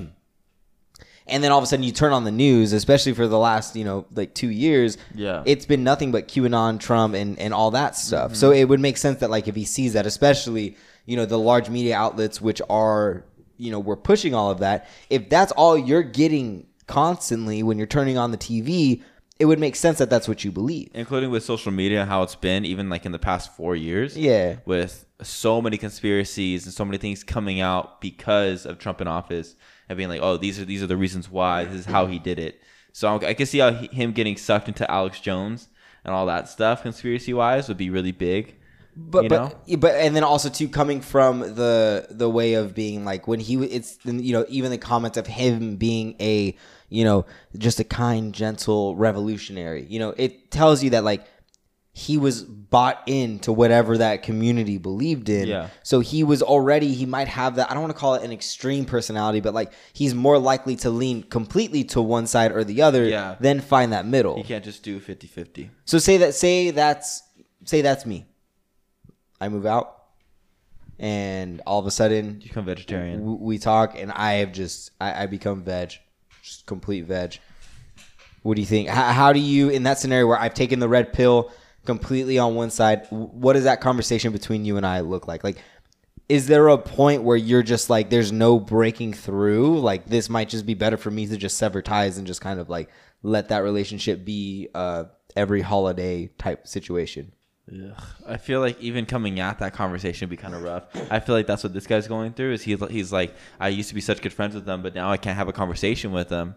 S2: and then all of a sudden you turn on the news, especially for the last, you know, like 2 years,
S1: Yeah. Mm-hmm.
S2: it's been nothing but QAnon, Trump and and all that stuff. So it would make sense that like if he sees that especially, you know, the large media outlets which are, you know, we're pushing all of that, if that's all you're getting constantly when you're turning on the TV, it would make sense that that's what you believe.
S1: (clears throat) including with social media and how it's been even like in the past four years
S2: Yeah.
S1: with so many conspiracies and so many things coming out because of trump in office and being like oh these are these are the reasons why this is how he did it so i can see how he, him getting sucked into alex jones and all that stuff conspiracy wise would be really big
S2: But
S1: you
S2: but but and then also too coming from the the way of being like when he w- it's you know even the comments of him being a you know just a kind gentle revolutionary you know it tells you that like he was bought into whatever that community believed in
S1: Yeah.
S2: so he was already he might have that I don't want to call it an extreme personality but like he's more likely to lean completely to one side or the other
S1: Yeah.
S2: than find that middle
S1: you can't just do 50-50
S2: so say that say that's say that's me. I move out and all of a sudden
S1: you become vegetarian
S2: w- we talk and I have just I, I become veg. Just complete veg. What do you think? How, how do you in that scenario where I've taken the red pill completely on one side, w- what does that conversation between you and I look like? Like is there a point where you're just like there's no breaking through? Like this might just be better for me to just sever ties and just kind of like let that relationship be uh every holiday type situation.
S1: Ugh. I feel like even coming at that conversation would be kind of rough. I feel like that's what this guy's going through. Is he's he's like I used to be such good friends with them, but now I can't have a conversation with them.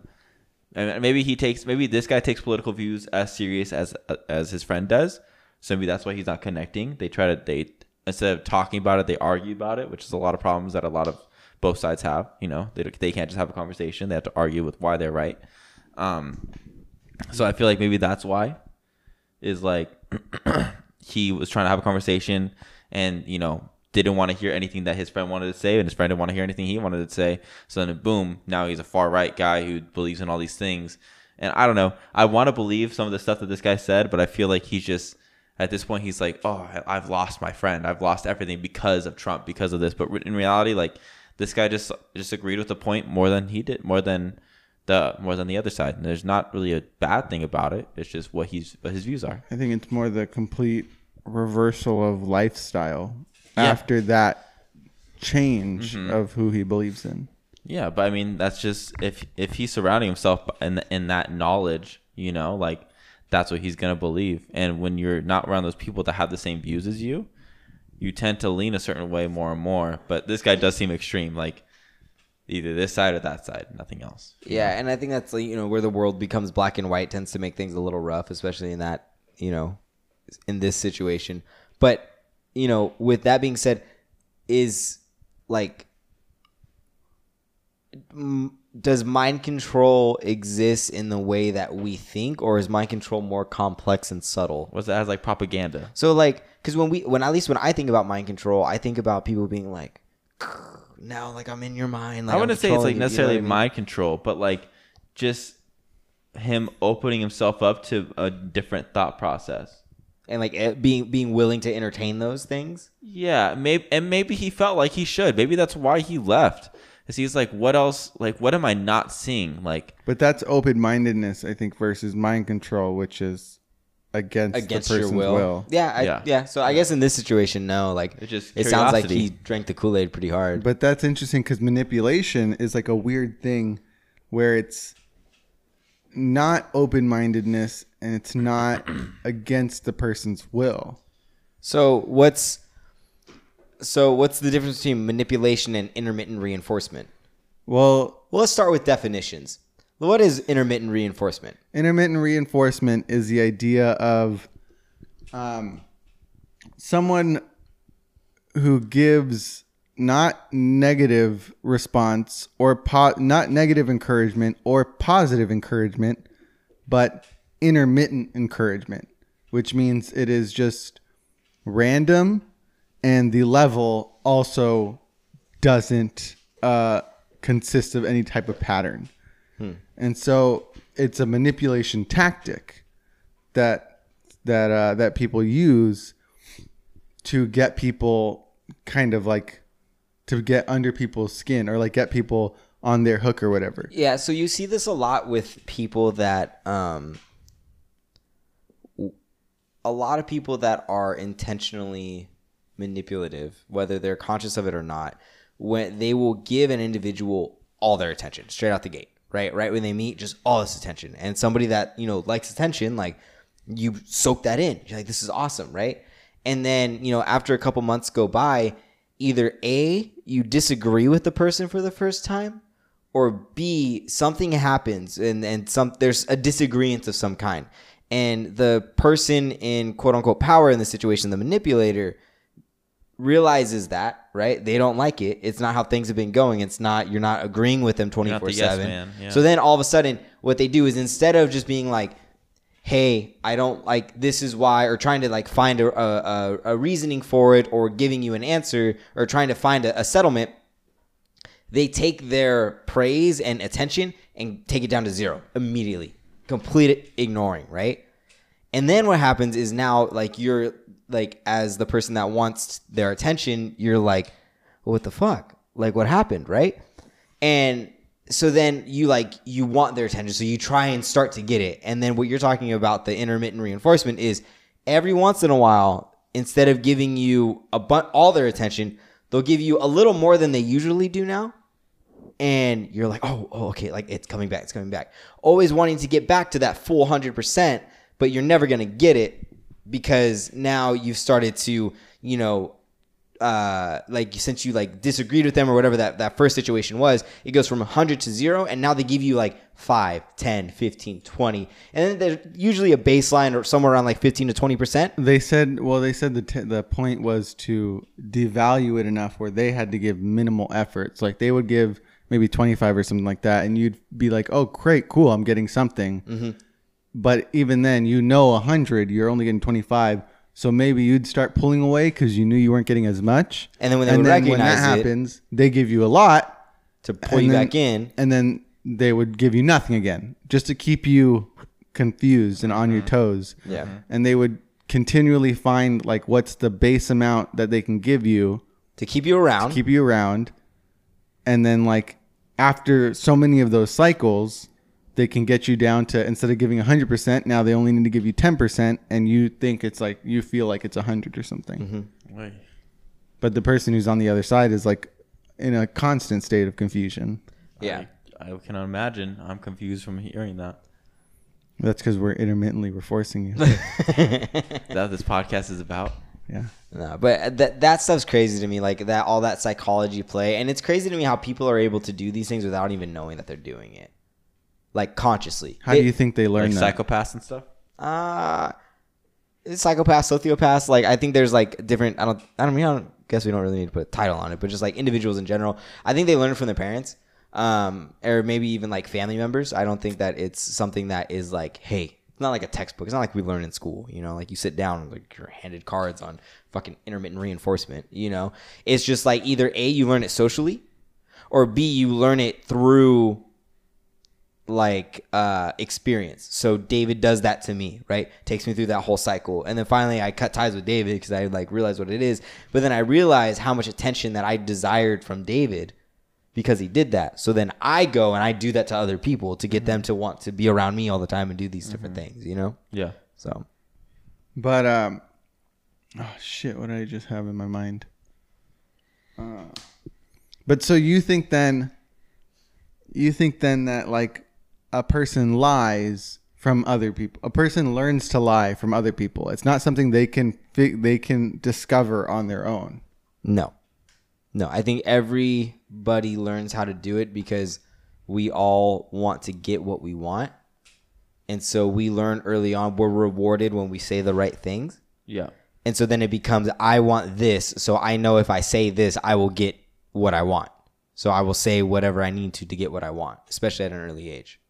S1: And maybe he takes maybe this guy takes political views as serious as as his friend does. So maybe that's why he's not connecting. They try to they instead of talking about it, they argue about it, which is a lot of problems that a lot of both sides have. You know, they don't- they can't just have a conversation. They have to argue with why they're right. Um, so I feel like maybe that's why is like he was trying to have a conversation and you know didn't want to hear anything that his friend wanted to say and his friend didn't want to hear anything he wanted to say so then boom now he's a far right guy who believes in all these things and i don't know i want to believe some of the stuff that this guy said but i feel like he's just at this point he's like oh I- i've lost my friend i've lost everything because of trump because of this but re- in reality like this guy just just agreed with the point more than he did more than the more than the other side and there's not really a bad thing about it it's just what he's what his views are
S5: I think it's more the complete reversal of lifestyle
S1: Yeah.
S5: after that change of who he believes in.
S1: Yeah, but I mean, that's just if if he's surrounding himself in in that knowledge, you know, like that's what he's gonna believe. And when you're not around those people that have the same views as you, you tend to lean a certain way more and more. But this guy does seem extreme, like either this side or that side, nothing else.
S2: Yeah, and I think that's like, you know where the world becomes black and white tends to make things a little rough, especially in that you know in this situation. But you know, with that being said, is like m- does mind control exist in the way that we think, or is mind control more complex and subtle?
S1: What's that as like propaganda?
S2: So like, because when we, when at least when I think about mind control, I think about people being like, now like I'm in your mind. Like,
S1: I
S2: I'm
S1: wouldn't say it's
S2: controlling
S1: like
S2: you," you know
S1: necessarily
S2: what I mean?
S1: mind control, but like just him opening himself up to a different thought process.
S2: and like eh, being being willing to entertain those things.
S1: Yeah, maybe and maybe he felt like he should. Maybe that's why he left. Cuz he's like what else like what am I not seeing? Like
S5: But that's open mindedness, I think, versus mind control, which is against,
S2: against
S5: the
S2: your
S5: person's
S2: will.
S5: will.
S2: Yeah, I, yeah,
S1: Yeah.
S2: So I guess in this situation, no. Like
S1: It's just
S2: it sounds like
S1: curiosity.
S2: he drank the Kool Aid pretty hard.
S5: But that's interesting because manipulation is like a weird thing where it's not open mindedness and it's not (clears throat) against the person's will.
S2: so what's so what's the difference between manipulation and intermittent reinforcement?
S5: Well,
S2: Well, let's start with definitions. What is intermittent reinforcement?
S5: intermittent reinforcement is the idea of um, someone who gives not negative response or po- not negative encouragement or positive encouragement but intermittent encouragement which means it is just random and the level also doesn't uh, consist of any type of pattern and so it's a manipulation tactic that that uh, that people use to get people kind of like to get under people's skin or like get people on their hook or whatever.
S2: Yeah, so you see this a lot with people that um w- a lot of people that are intentionally manipulative, whether they're conscious of it or not, when they will give an individual all their attention straight out the gate, right? Right when they meet, just all this attention. And somebody that, you know, likes attention, like you soak that in. You're like, this is awesome, right? And then, you know, after a couple months go by, either A, you disagree with the person for the first time, or B, something happens and, and some there's a disagreement of some kind. And the person in quote unquote power in the situation, the manipulator, realizes that, right? They don't like it. It's not how things have been going. It's not you're not agreeing with them 24/7.
S1: the yes man, yeah.
S2: So then all of a sudden what they do is instead of just being like hey i don't like this is why or trying to like find a, a, a- a reasoning for it or giving you an answer or trying to find a, a settlement they take their praise and attention and take it down to zero immediately complete ignoring right and then what happens is now like you're like as the person that wants their attention you're like what the fuck like what happened right and so then you like you want their attention so you try and start to get it and then what you're talking about the intermittent reinforcement is every once in a while instead of giving you a bu- all their attention they'll give you a little more than they usually do now and you're like, oh, oh, okay, like it's coming back, it's coming back. Always wanting to get back to that full hundred percent, but you're never gonna get it because now you've started to, you know, uh, like since you like disagreed with them or whatever that, that first situation was, it goes from 100 to 0 and now they give you like 5, 10, 15, 20. And then there's usually a baseline or somewhere around like 15 to 20%.
S5: They said, well, they said the t- the point was to devalue it enough where they had to give minimal efforts. Like they would give maybe twenty five or something like that, and you'd be like, oh, great, cool, I'm getting something.
S2: Mm-hmm.
S5: But even then, you know, hundred, you're only getting twenty five. So maybe you'd start pulling away because you knew you weren't getting as much.
S2: And then when they would recognize
S5: that
S2: it-
S5: happens, they give you a lot
S2: To pull
S5: and
S2: you
S5: then-
S2: back in,
S5: and then they would give you nothing again just to keep you confused and on your toes
S2: Yeah. Mhm.
S5: and they would continually find like what's the base amount that they can give you
S2: to keep you around,
S5: keep you around and then like after so many of those cycles they can get you down to instead of giving 100% now they only need to give you 10% and you think it's like you feel like it's 100 or something but the person who's on the other side is like in a constant state of confusion
S2: yeah.
S1: I, I can imagine. I'm confused from hearing that.
S5: That's because we're intermittently reinforcing you.
S1: Is (laughs) that what this podcast is about?
S5: yeah.
S2: No, but that that stuff's crazy to me. Like that, all that psychology play, and it's crazy to me how people are able to do these things without even knowing that they're doing it, like consciously.
S5: How do you think they learn
S1: Like
S5: that?
S1: psychopaths and stuff?
S2: Uh, psychopaths, sociopaths. Like I think there's like different. I don't. I don't mean. I don't guess we don't really need to put a title on it, but just like individuals in general. I think they learn from their parents, um, or maybe even like family members. I don't think that it's something that is like, hey, it's not like a textbook. It's not like we learn in school. You know, like you sit down and like you're handed cards on fucking intermittent reinforcement. You know, it's just like either a you learn it socially, or b you learn it through like uh experience. So David does that to me, right? Takes me through that whole cycle. And then finally I cut ties with David because I like realized what it is. But then I realized how much attention that I desired from David because he did that. So then I go and I do that to other people to get them to want to be around me all the time and do these different things, you know?
S1: Yeah.
S2: So
S5: but um, oh shit! What did I just have in my mind? Uh, but so you think then? You think then that like a person lies from other people. A person learns to lie from other people. It's not something they can fi- they can discover on their own.
S2: No. No, I think everybody learns how to do it because we all want to get what we want. And so we learn early on, we're rewarded when we say the right things.
S1: Yeah.
S2: And so then it becomes, I want this. So I know if I say this, I will get what I want. So I will say whatever I need to to get what I want, especially at an early age.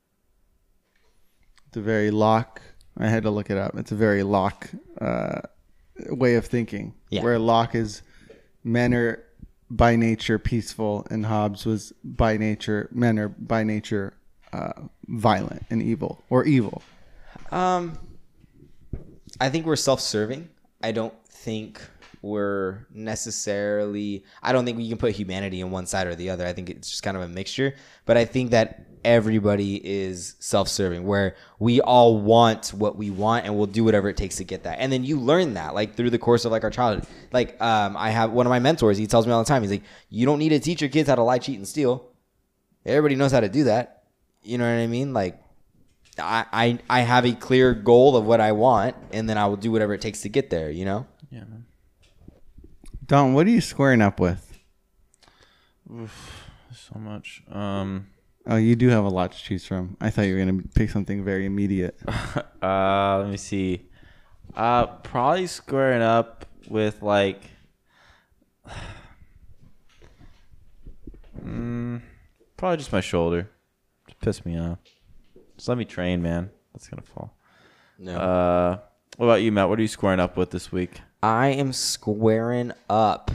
S5: It's a very lock. I had to look it up. It's a very lock uh, way of thinking.
S2: Yeah.
S5: Where Locke is men are by nature peaceful, and Hobbes was by nature men are by nature uh, violent and evil or evil.
S2: Um, I think we're self-serving. I don't think we're necessarily. I don't think we can put humanity in one side or the other. I think it's just kind of a mixture. But I think that everybody is self-serving, where we all want what we want, and we'll do whatever it takes to get that. And then you learn that, like through the course of like our childhood. Like, um, I have one of my mentors. He tells me all the time. He's like, "You don't need to teach your kids how to lie, cheat, and steal. Everybody knows how to do that." You know what I mean? Like, I, I I have a clear goal of what I want, and then I will do whatever it takes to get there. You know?
S1: Yeah, man.
S5: Don, what are you squaring up with?
S1: So much. Um,
S5: Oh, you do have a lot to choose from. I thought you were gonna pick something very immediate.
S2: Uh-huh.
S1: uh, let me see. Uh, probably squaring up with like. (sighs) Mm, probably just my shoulder. Just piss me off. Just let me train, man. That's gonna fall.
S2: No.
S1: Uh, what about you, Matt? What are you squaring up with this week?
S2: I am squaring up.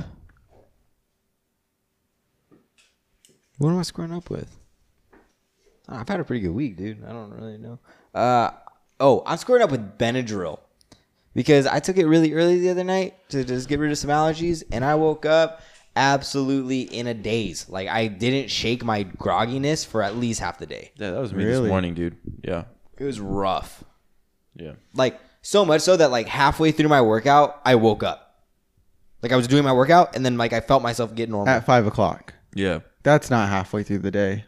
S2: What am I squaring up with? Oh, I've had a pretty good week, dude. I don't really know. Uh, oh, I'm squaring up with Benadryl because I took it really early the other night to just get rid of some allergies, and I woke up absolutely in a daze. Like I didn't shake my grogginess for at least half the day.
S1: Yeah, that was me
S5: Really?
S1: this morning, dude. Yeah,
S2: It was rough.
S1: yeah.
S2: Like so much so that like halfway through my workout, I woke up. Like I was doing my workout and then like I felt myself get normal.
S5: At five o'clock.
S1: Yeah.
S5: That's not halfway through the day.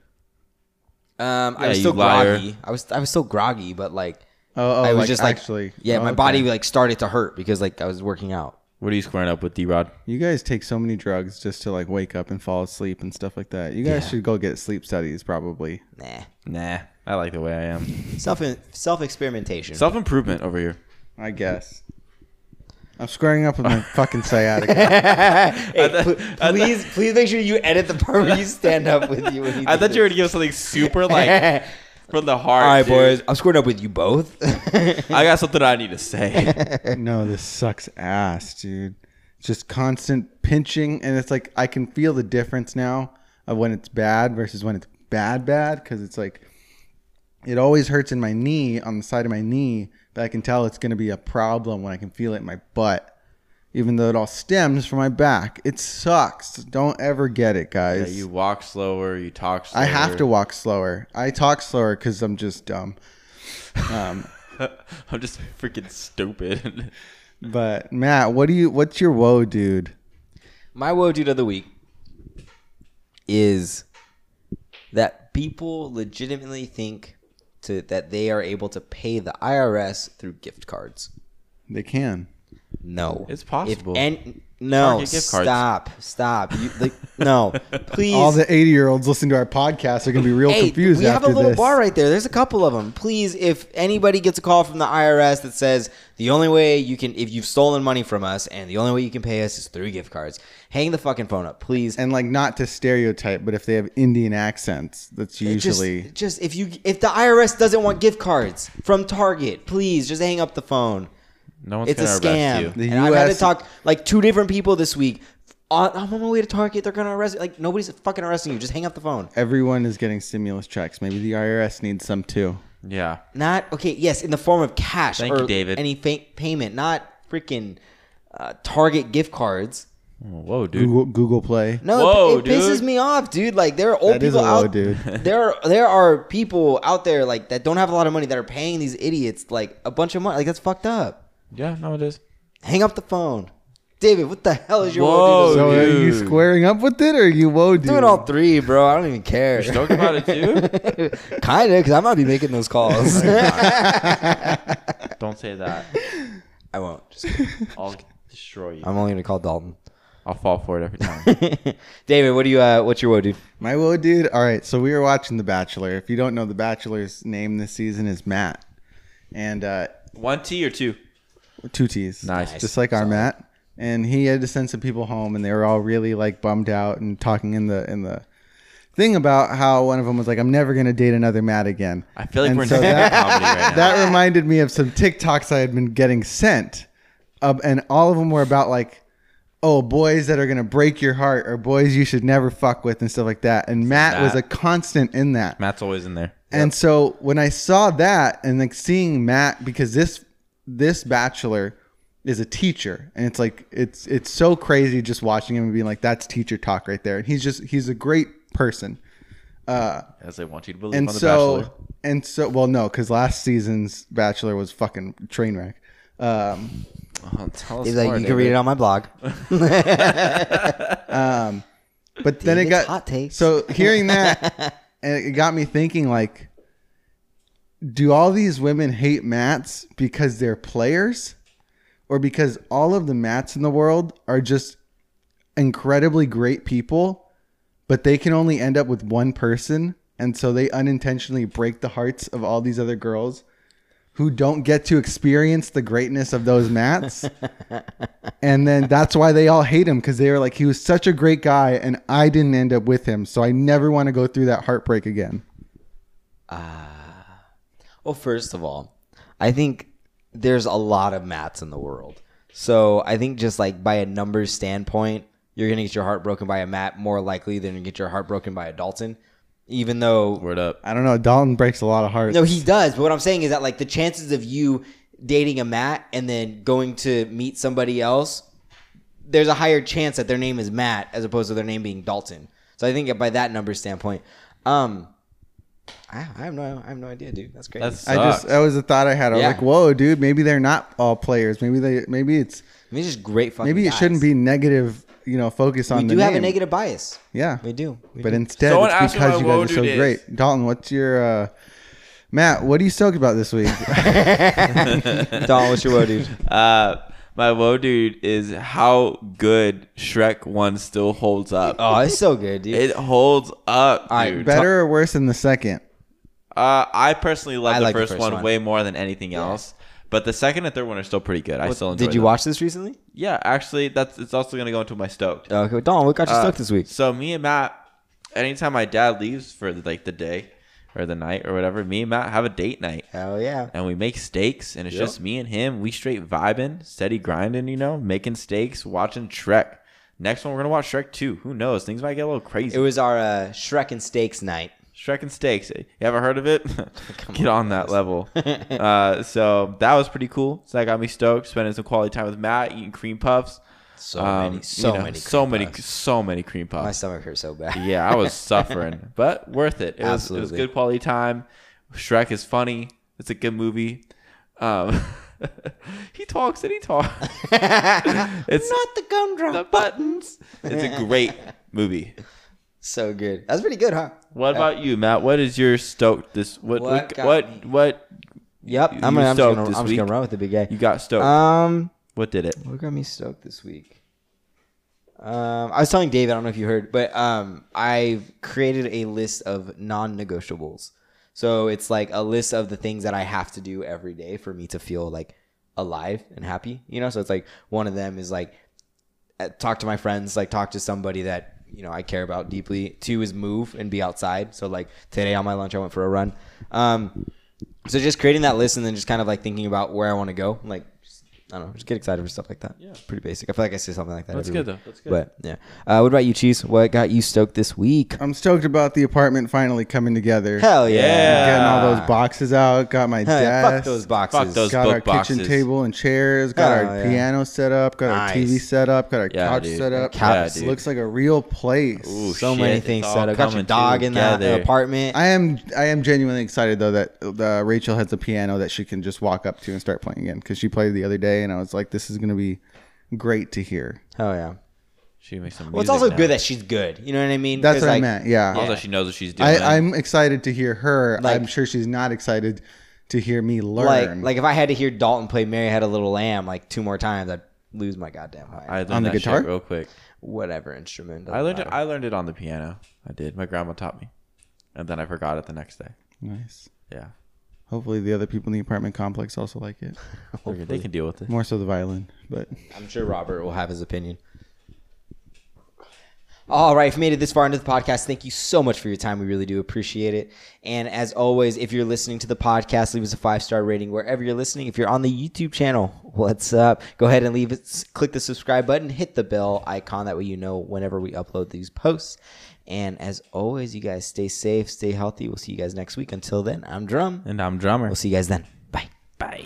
S5: Ah.
S2: um, I
S1: Yeah,
S2: was
S1: you
S2: still
S1: liar.
S2: groggy. I was I was still groggy, but like
S5: Oh, oh
S2: I was
S5: like,
S2: just like
S5: actually.
S2: yeah,
S5: Oh,
S2: my
S5: okay.
S2: body like started to hurt because like I was working out.
S1: What are you squaring up with, D Rod?
S5: You guys take so many drugs just to like wake up and fall asleep and stuff like that. You guys should go get sleep studies probably.
S2: Nah,
S1: Nah, I like the way I am.
S2: self self experimentation. (laughs)
S1: Self improvement over here.
S5: I guess. I'm squaring up with my fucking sciatica.
S2: please please make sure you edit the part where you stand up with you. When you
S1: I
S2: do
S1: thought you were
S2: this.
S1: gonna give something super like
S2: (laughs)
S1: from the heart.
S2: All right,
S1: dude.
S2: boys. I'm squared up with you both. (laughs)
S1: I got something I need to
S5: (laughs)
S1: say.
S5: no, this sucks ass, dude. Just constant pinching and it's like I can feel the difference now of when it's bad versus when it's bad bad cuz it's like it always hurts in my knee on the side of my knee, but I can tell it's going to be a problem when I can feel it in my butt. Even though it all stems from my back, it sucks. Don't ever get it,
S1: Yeah,
S5: guys.
S1: you walk slower. You talk. slower.
S5: I have to walk slower. I talk slower because I'm
S1: (laughs)
S5: just dumb. Um,
S1: I'm just freaking stupid.
S5: but Matt, what do you? What's your woe, dude?
S2: My woe dude of the week is that people legitimately think to, that they are able to pay the IRS through gift cards.
S5: They can.
S2: No,
S1: It's possible.
S2: If, and no,
S1: Target gift cards.
S2: stop, stop. You, like,
S1: (laughs)
S2: no, please.
S5: All the eighty-year-olds listening to our podcast are gonna be real
S2: hey,
S5: confused
S2: we have
S5: after
S2: a little
S5: this.
S2: bar right there. There's a couple of them. Please, if anybody gets a call from the IRS that says the only way you can, if you've stolen money from us, and the only way you can pay us is through gift cards, hang the fucking phone up, please.
S5: And like, not to stereotype, but if they have Indian accents, that's
S2: It just-
S5: usually
S2: just, if you if the IRS doesn't want gift cards from Target, please just hang up the phone.
S1: No one's
S2: It's a
S1: gonna
S2: scam.
S1: arrest
S5: The
S1: you.
S2: and I've had to
S5: US
S2: talk like two different people this week. On, I'm on my way to Target. They're gonna arrest. Like nobody's fucking arresting you. Just hang up the phone.
S5: everyone is getting stimulus checks. Maybe the IRS needs some too.
S1: Yeah.
S2: Not okay. Yes, in the form of cash
S1: Thank
S2: or
S1: you, David.
S2: any fa- payment, not freaking uh, Target gift cards.
S1: Whoa, dude.
S5: Google, Google Play.
S2: No,
S1: Whoa,
S2: it, it pisses
S1: dude.
S2: me off, dude. Like there are old
S5: That is
S2: people
S5: a low,
S1: (laughs)
S2: out
S5: dude.
S2: (laughs) there are there are people out there like that don't have a lot of money that are paying these idiots like a bunch of money. Like that's fucked up.
S1: Yeah, no, it is.
S2: Hang up the phone. David, what the hell is your
S1: Whoa,
S2: world
S5: So
S2: doing?
S5: are you
S1: dude.
S5: squaring up with it, or are you woe, dude?
S2: I'm doing all three, bro. I don't even care.
S1: You're stoked
S2: (laughs)
S1: about it,
S5: (laughs)
S1: too?
S2: kind of, because I might be making
S1: (laughs)
S2: those calls.
S1: Don't say that.
S2: I won't. Just-
S5: (laughs)
S1: I'll destroy you.
S5: Oh.
S2: I'm only gonna call Dalton.
S1: I'll fall for it every time.
S2: (laughs)
S5: (laughs)
S2: David, what do you? Uh, what's your woe, dude?
S5: My woe, dude. All right, so we were watching The Bachelor. If you don't know, The Bachelor's name this season is Matt, and uh,
S1: One T or two?
S5: two T's.
S1: Nice.
S5: just like our Matt. And he had to send some people home, and they were all really like bummed out and talking in the in the thing about how one of them was like, "I'm never gonna date another Matt again."
S1: I feel like
S5: And
S1: we're in
S5: so
S1: stand-up
S5: that-
S1: (laughs) comedy right now.
S5: that reminded me of some TikToks I had been getting sent, uh, and all of them were about like, oh, boys that are gonna break your heart or boys you should never fuck with and stuff like that. And Matt was a
S1: Matt.
S5: constant in that.
S1: Matt's always in there.
S5: And so when I saw that and like seeing Matt, because this this bachelor is a teacher, and it's like it's it's so crazy just watching him and being like, that's teacher talk right there. And he's just he's a great person
S1: As I want you to believe
S5: and
S1: on The
S5: so
S1: Bachelor.
S5: and so well no because last season's bachelor was fucking train wreck um
S1: (laughs) Oh, tell us
S2: He's like,
S1: more,
S2: you can read
S1: David.
S2: it on my
S1: (laughs)
S2: blog.
S5: but then it
S2: David's
S5: got
S2: hot takes.
S5: so hearing that and it got me thinking like do all these women hate mats because they're players or because all of the mats in the world are just incredibly great people but they can only end up with one person and so they unintentionally break the hearts of all these other girls who don't get to experience the greatness of those mats and then that's why they all hate him because they were like he was such a great guy and i didn't end up with him so i never want to go through that heartbreak again
S2: Well, first of all, I think there's a lot of mats in the world. So I think just like by a numbers standpoint, you're gonna get your heart broken by a mat more likely than you get your heart broken by a Dalton. Even though
S1: Word up.
S5: i don't know dalton breaks a lot of hearts
S2: no, he does. But what I'm saying is that like the chances of you dating a Matt and then going to meet somebody else, there's a higher chance that their name is Matt as opposed to their name being Dalton. So I think by that number standpoint, um, I, I have no, I have no idea, dude. That's crazy.
S1: That's
S5: I just uh,
S1: sucks.
S5: that was a thought I had. I was
S2: Yeah.
S5: like, "Whoa, dude! Maybe they're not all players. Maybe they maybe it's
S2: I mean, it's just great fucking.
S5: maybe it
S2: guys.
S5: shouldn't be negative. You know, focus
S2: We
S5: on the
S2: do have a
S5: name.
S2: negative bias.
S5: Yeah,
S2: We do. We
S5: but
S2: do.
S5: instead
S1: Someone
S5: it's
S1: asked me
S5: because
S1: what
S5: you
S1: woe
S5: guys are so
S1: dude is.
S5: great. Dalton, what's your uh, Matt? What are you stoked about
S2: (laughs)
S5: this week?
S2: Don, what's your word, dude?
S1: Uh, my woe dude is how good Shrek 1 still holds up.
S2: Oh, it's so good, dude.
S1: It holds up,
S2: right,
S1: dude.
S5: Better or worse than the second?
S1: Uh, I personally love
S2: I
S1: the,
S2: like the
S1: first
S2: first
S1: one,
S2: one.
S1: way more than anything else. But the second and third one are still pretty good. I still enjoy
S2: Did you
S1: them.
S2: watch this recently?
S1: Yeah, actually, that's it's also gonna go into my stoked.
S2: Okay, well, Don, what got you
S1: Uh,
S2: stuck this week?
S1: So me and Matt, anytime my dad leaves for like the day or the night or whatever, me and Matt have a date night
S2: Hell yeah.
S1: and we make steaks and it's just me and him. We straight vibing, steady grinding, you know, making steaks, watching Shrek. Next one, we're gonna watch Shrek Two. Who knows? Things might get a little crazy.
S2: It was our uh, Shrek and Steaks night.
S1: Shrek and Steaks. eh? You ever heard of
S2: (laughs)
S1: it? (laughs) Get on, that level. uh, so that was pretty cool. So that got me stoked. Spending some quality time with Matt, eating cream puffs.
S2: So
S1: Um,
S2: many, so
S1: you know,
S2: many,
S1: so
S2: cream
S1: many,
S2: puffs.
S1: so many cream
S2: My
S1: puffs.
S2: stomach hurts so bad.
S1: yeah, I was
S2: (laughs)
S1: suffering, but worth it. It was, it was
S2: Absolutely.
S1: good quality time. Shrek is funny. It's a good movie. Um, (laughs) he talks and he
S2: (laughs)
S1: talks. it's
S2: (laughs) Not the gumdrop.
S1: the buttons. It's a
S2: (laughs)
S1: great movie.
S2: So good. That's pretty good, huh?
S1: What about you, Matt? What is your stoked this? What
S2: What
S1: what
S2: got
S1: what, what
S2: Yep.
S1: You-
S2: I'm,
S1: you
S2: gonna, I'm, just
S1: stoked
S2: gonna, I'm
S1: this
S2: just gonna
S1: week?
S2: run with the big guy.
S1: you got stoked?
S2: Um,
S1: what did it?
S2: What got me stoked this week? Um, I was telling Dave, I don't know if you heard, but um, I've created a list of non-negotiables. So it's like a list of the things that I have to do every day for me to feel like alive and happy. You know, so it's like one of them is like uh, talk to my friends, like talk to somebody that you know I care about deeply. Two is move and be outside. So like today on my lunch, I went for a run. Um, so just creating that list and then just kind of like thinking about where I want to go, like just, I don't know, just get excited for stuff like that. Yeah, pretty basic. I feel like I say something like that.
S1: That's
S2: every
S1: good though.
S2: week.
S1: That's good.
S2: But yeah, uh, what about you, Cheese? What got you stoked this week?
S5: I'm stoked about the apartment finally coming together.
S2: Hell
S1: Yeah.
S2: yeah!
S5: Getting all those boxes out. Got my
S2: Huh,
S5: desk.
S2: Fuck those boxes.
S1: Fuck Ah. those
S5: Got
S1: book
S5: our
S1: boxes.
S5: kitchen table and chairs. Got
S2: Oh,
S5: our
S2: yeah.
S5: piano set up. Got our TV
S2: Nice.
S5: set up. Got our
S1: Yeah,
S5: couch
S1: dude.
S5: set up.
S1: Couch. Yeah, dude.
S5: looks like a real place.
S1: Ooh,
S2: So
S1: shit,
S2: many
S1: it's
S2: things
S1: all
S2: set up. Got your
S1: coming
S2: dog in that
S1: together.
S2: apartment.
S5: I am I am genuinely excited though that uh, Rachel has a piano that she can just walk up to and start playing again because she played the other day and I was like, this is gonna be great to hear.
S2: Hell yeah!
S1: She makes some.
S2: Well, it's
S1: music
S2: also
S1: now.
S2: good that she's good. You know what I mean?
S5: That's
S2: 'Cause,
S5: what I
S2: like,
S5: meant. Yeah,
S1: Also, she knows what she's doing.
S5: I, I'm excited to hear her.
S2: Like-
S5: I'm sure she's not excited to hear me
S2: Like,
S5: learn.
S2: like if I had to hear Dalton play "Mary Had a Little Lamb" like two more times, I'd lose my goddamn mind.
S1: I learned
S5: on the
S1: that shit
S5: guitar?
S1: real quick.
S2: Whatever instrument.
S1: I
S2: doesn't
S1: learned it.
S2: matter.
S1: I learned it on the piano. I did. My grandma taught me, and then I forgot it the next day.
S5: nice.
S1: Yeah,
S5: Hopefully the other people in the apartment complex also like it.
S1: Figured they can deal with it.
S5: More so the violin, but
S2: I'm sure Robert will have his opinion. All right, if you made it this far into the podcast, thank you so much for your time. We really do appreciate it. And as always, if you're listening to the podcast, leave us a five star rating wherever you're listening. If you're on the YouTube channel, what's up? Go ahead and leave it. Click the subscribe button, hit the bell icon. That way you know whenever we upload these posts. And as always, you guys stay safe, stay healthy. We'll see you guys next week. Until then, I'm Drum.
S1: And I'm drummer.
S2: We'll see you guys then. Bye.
S1: Bye.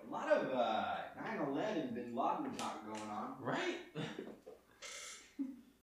S4: A lot of uh, 9/11 Bin Laden talk going on. Right.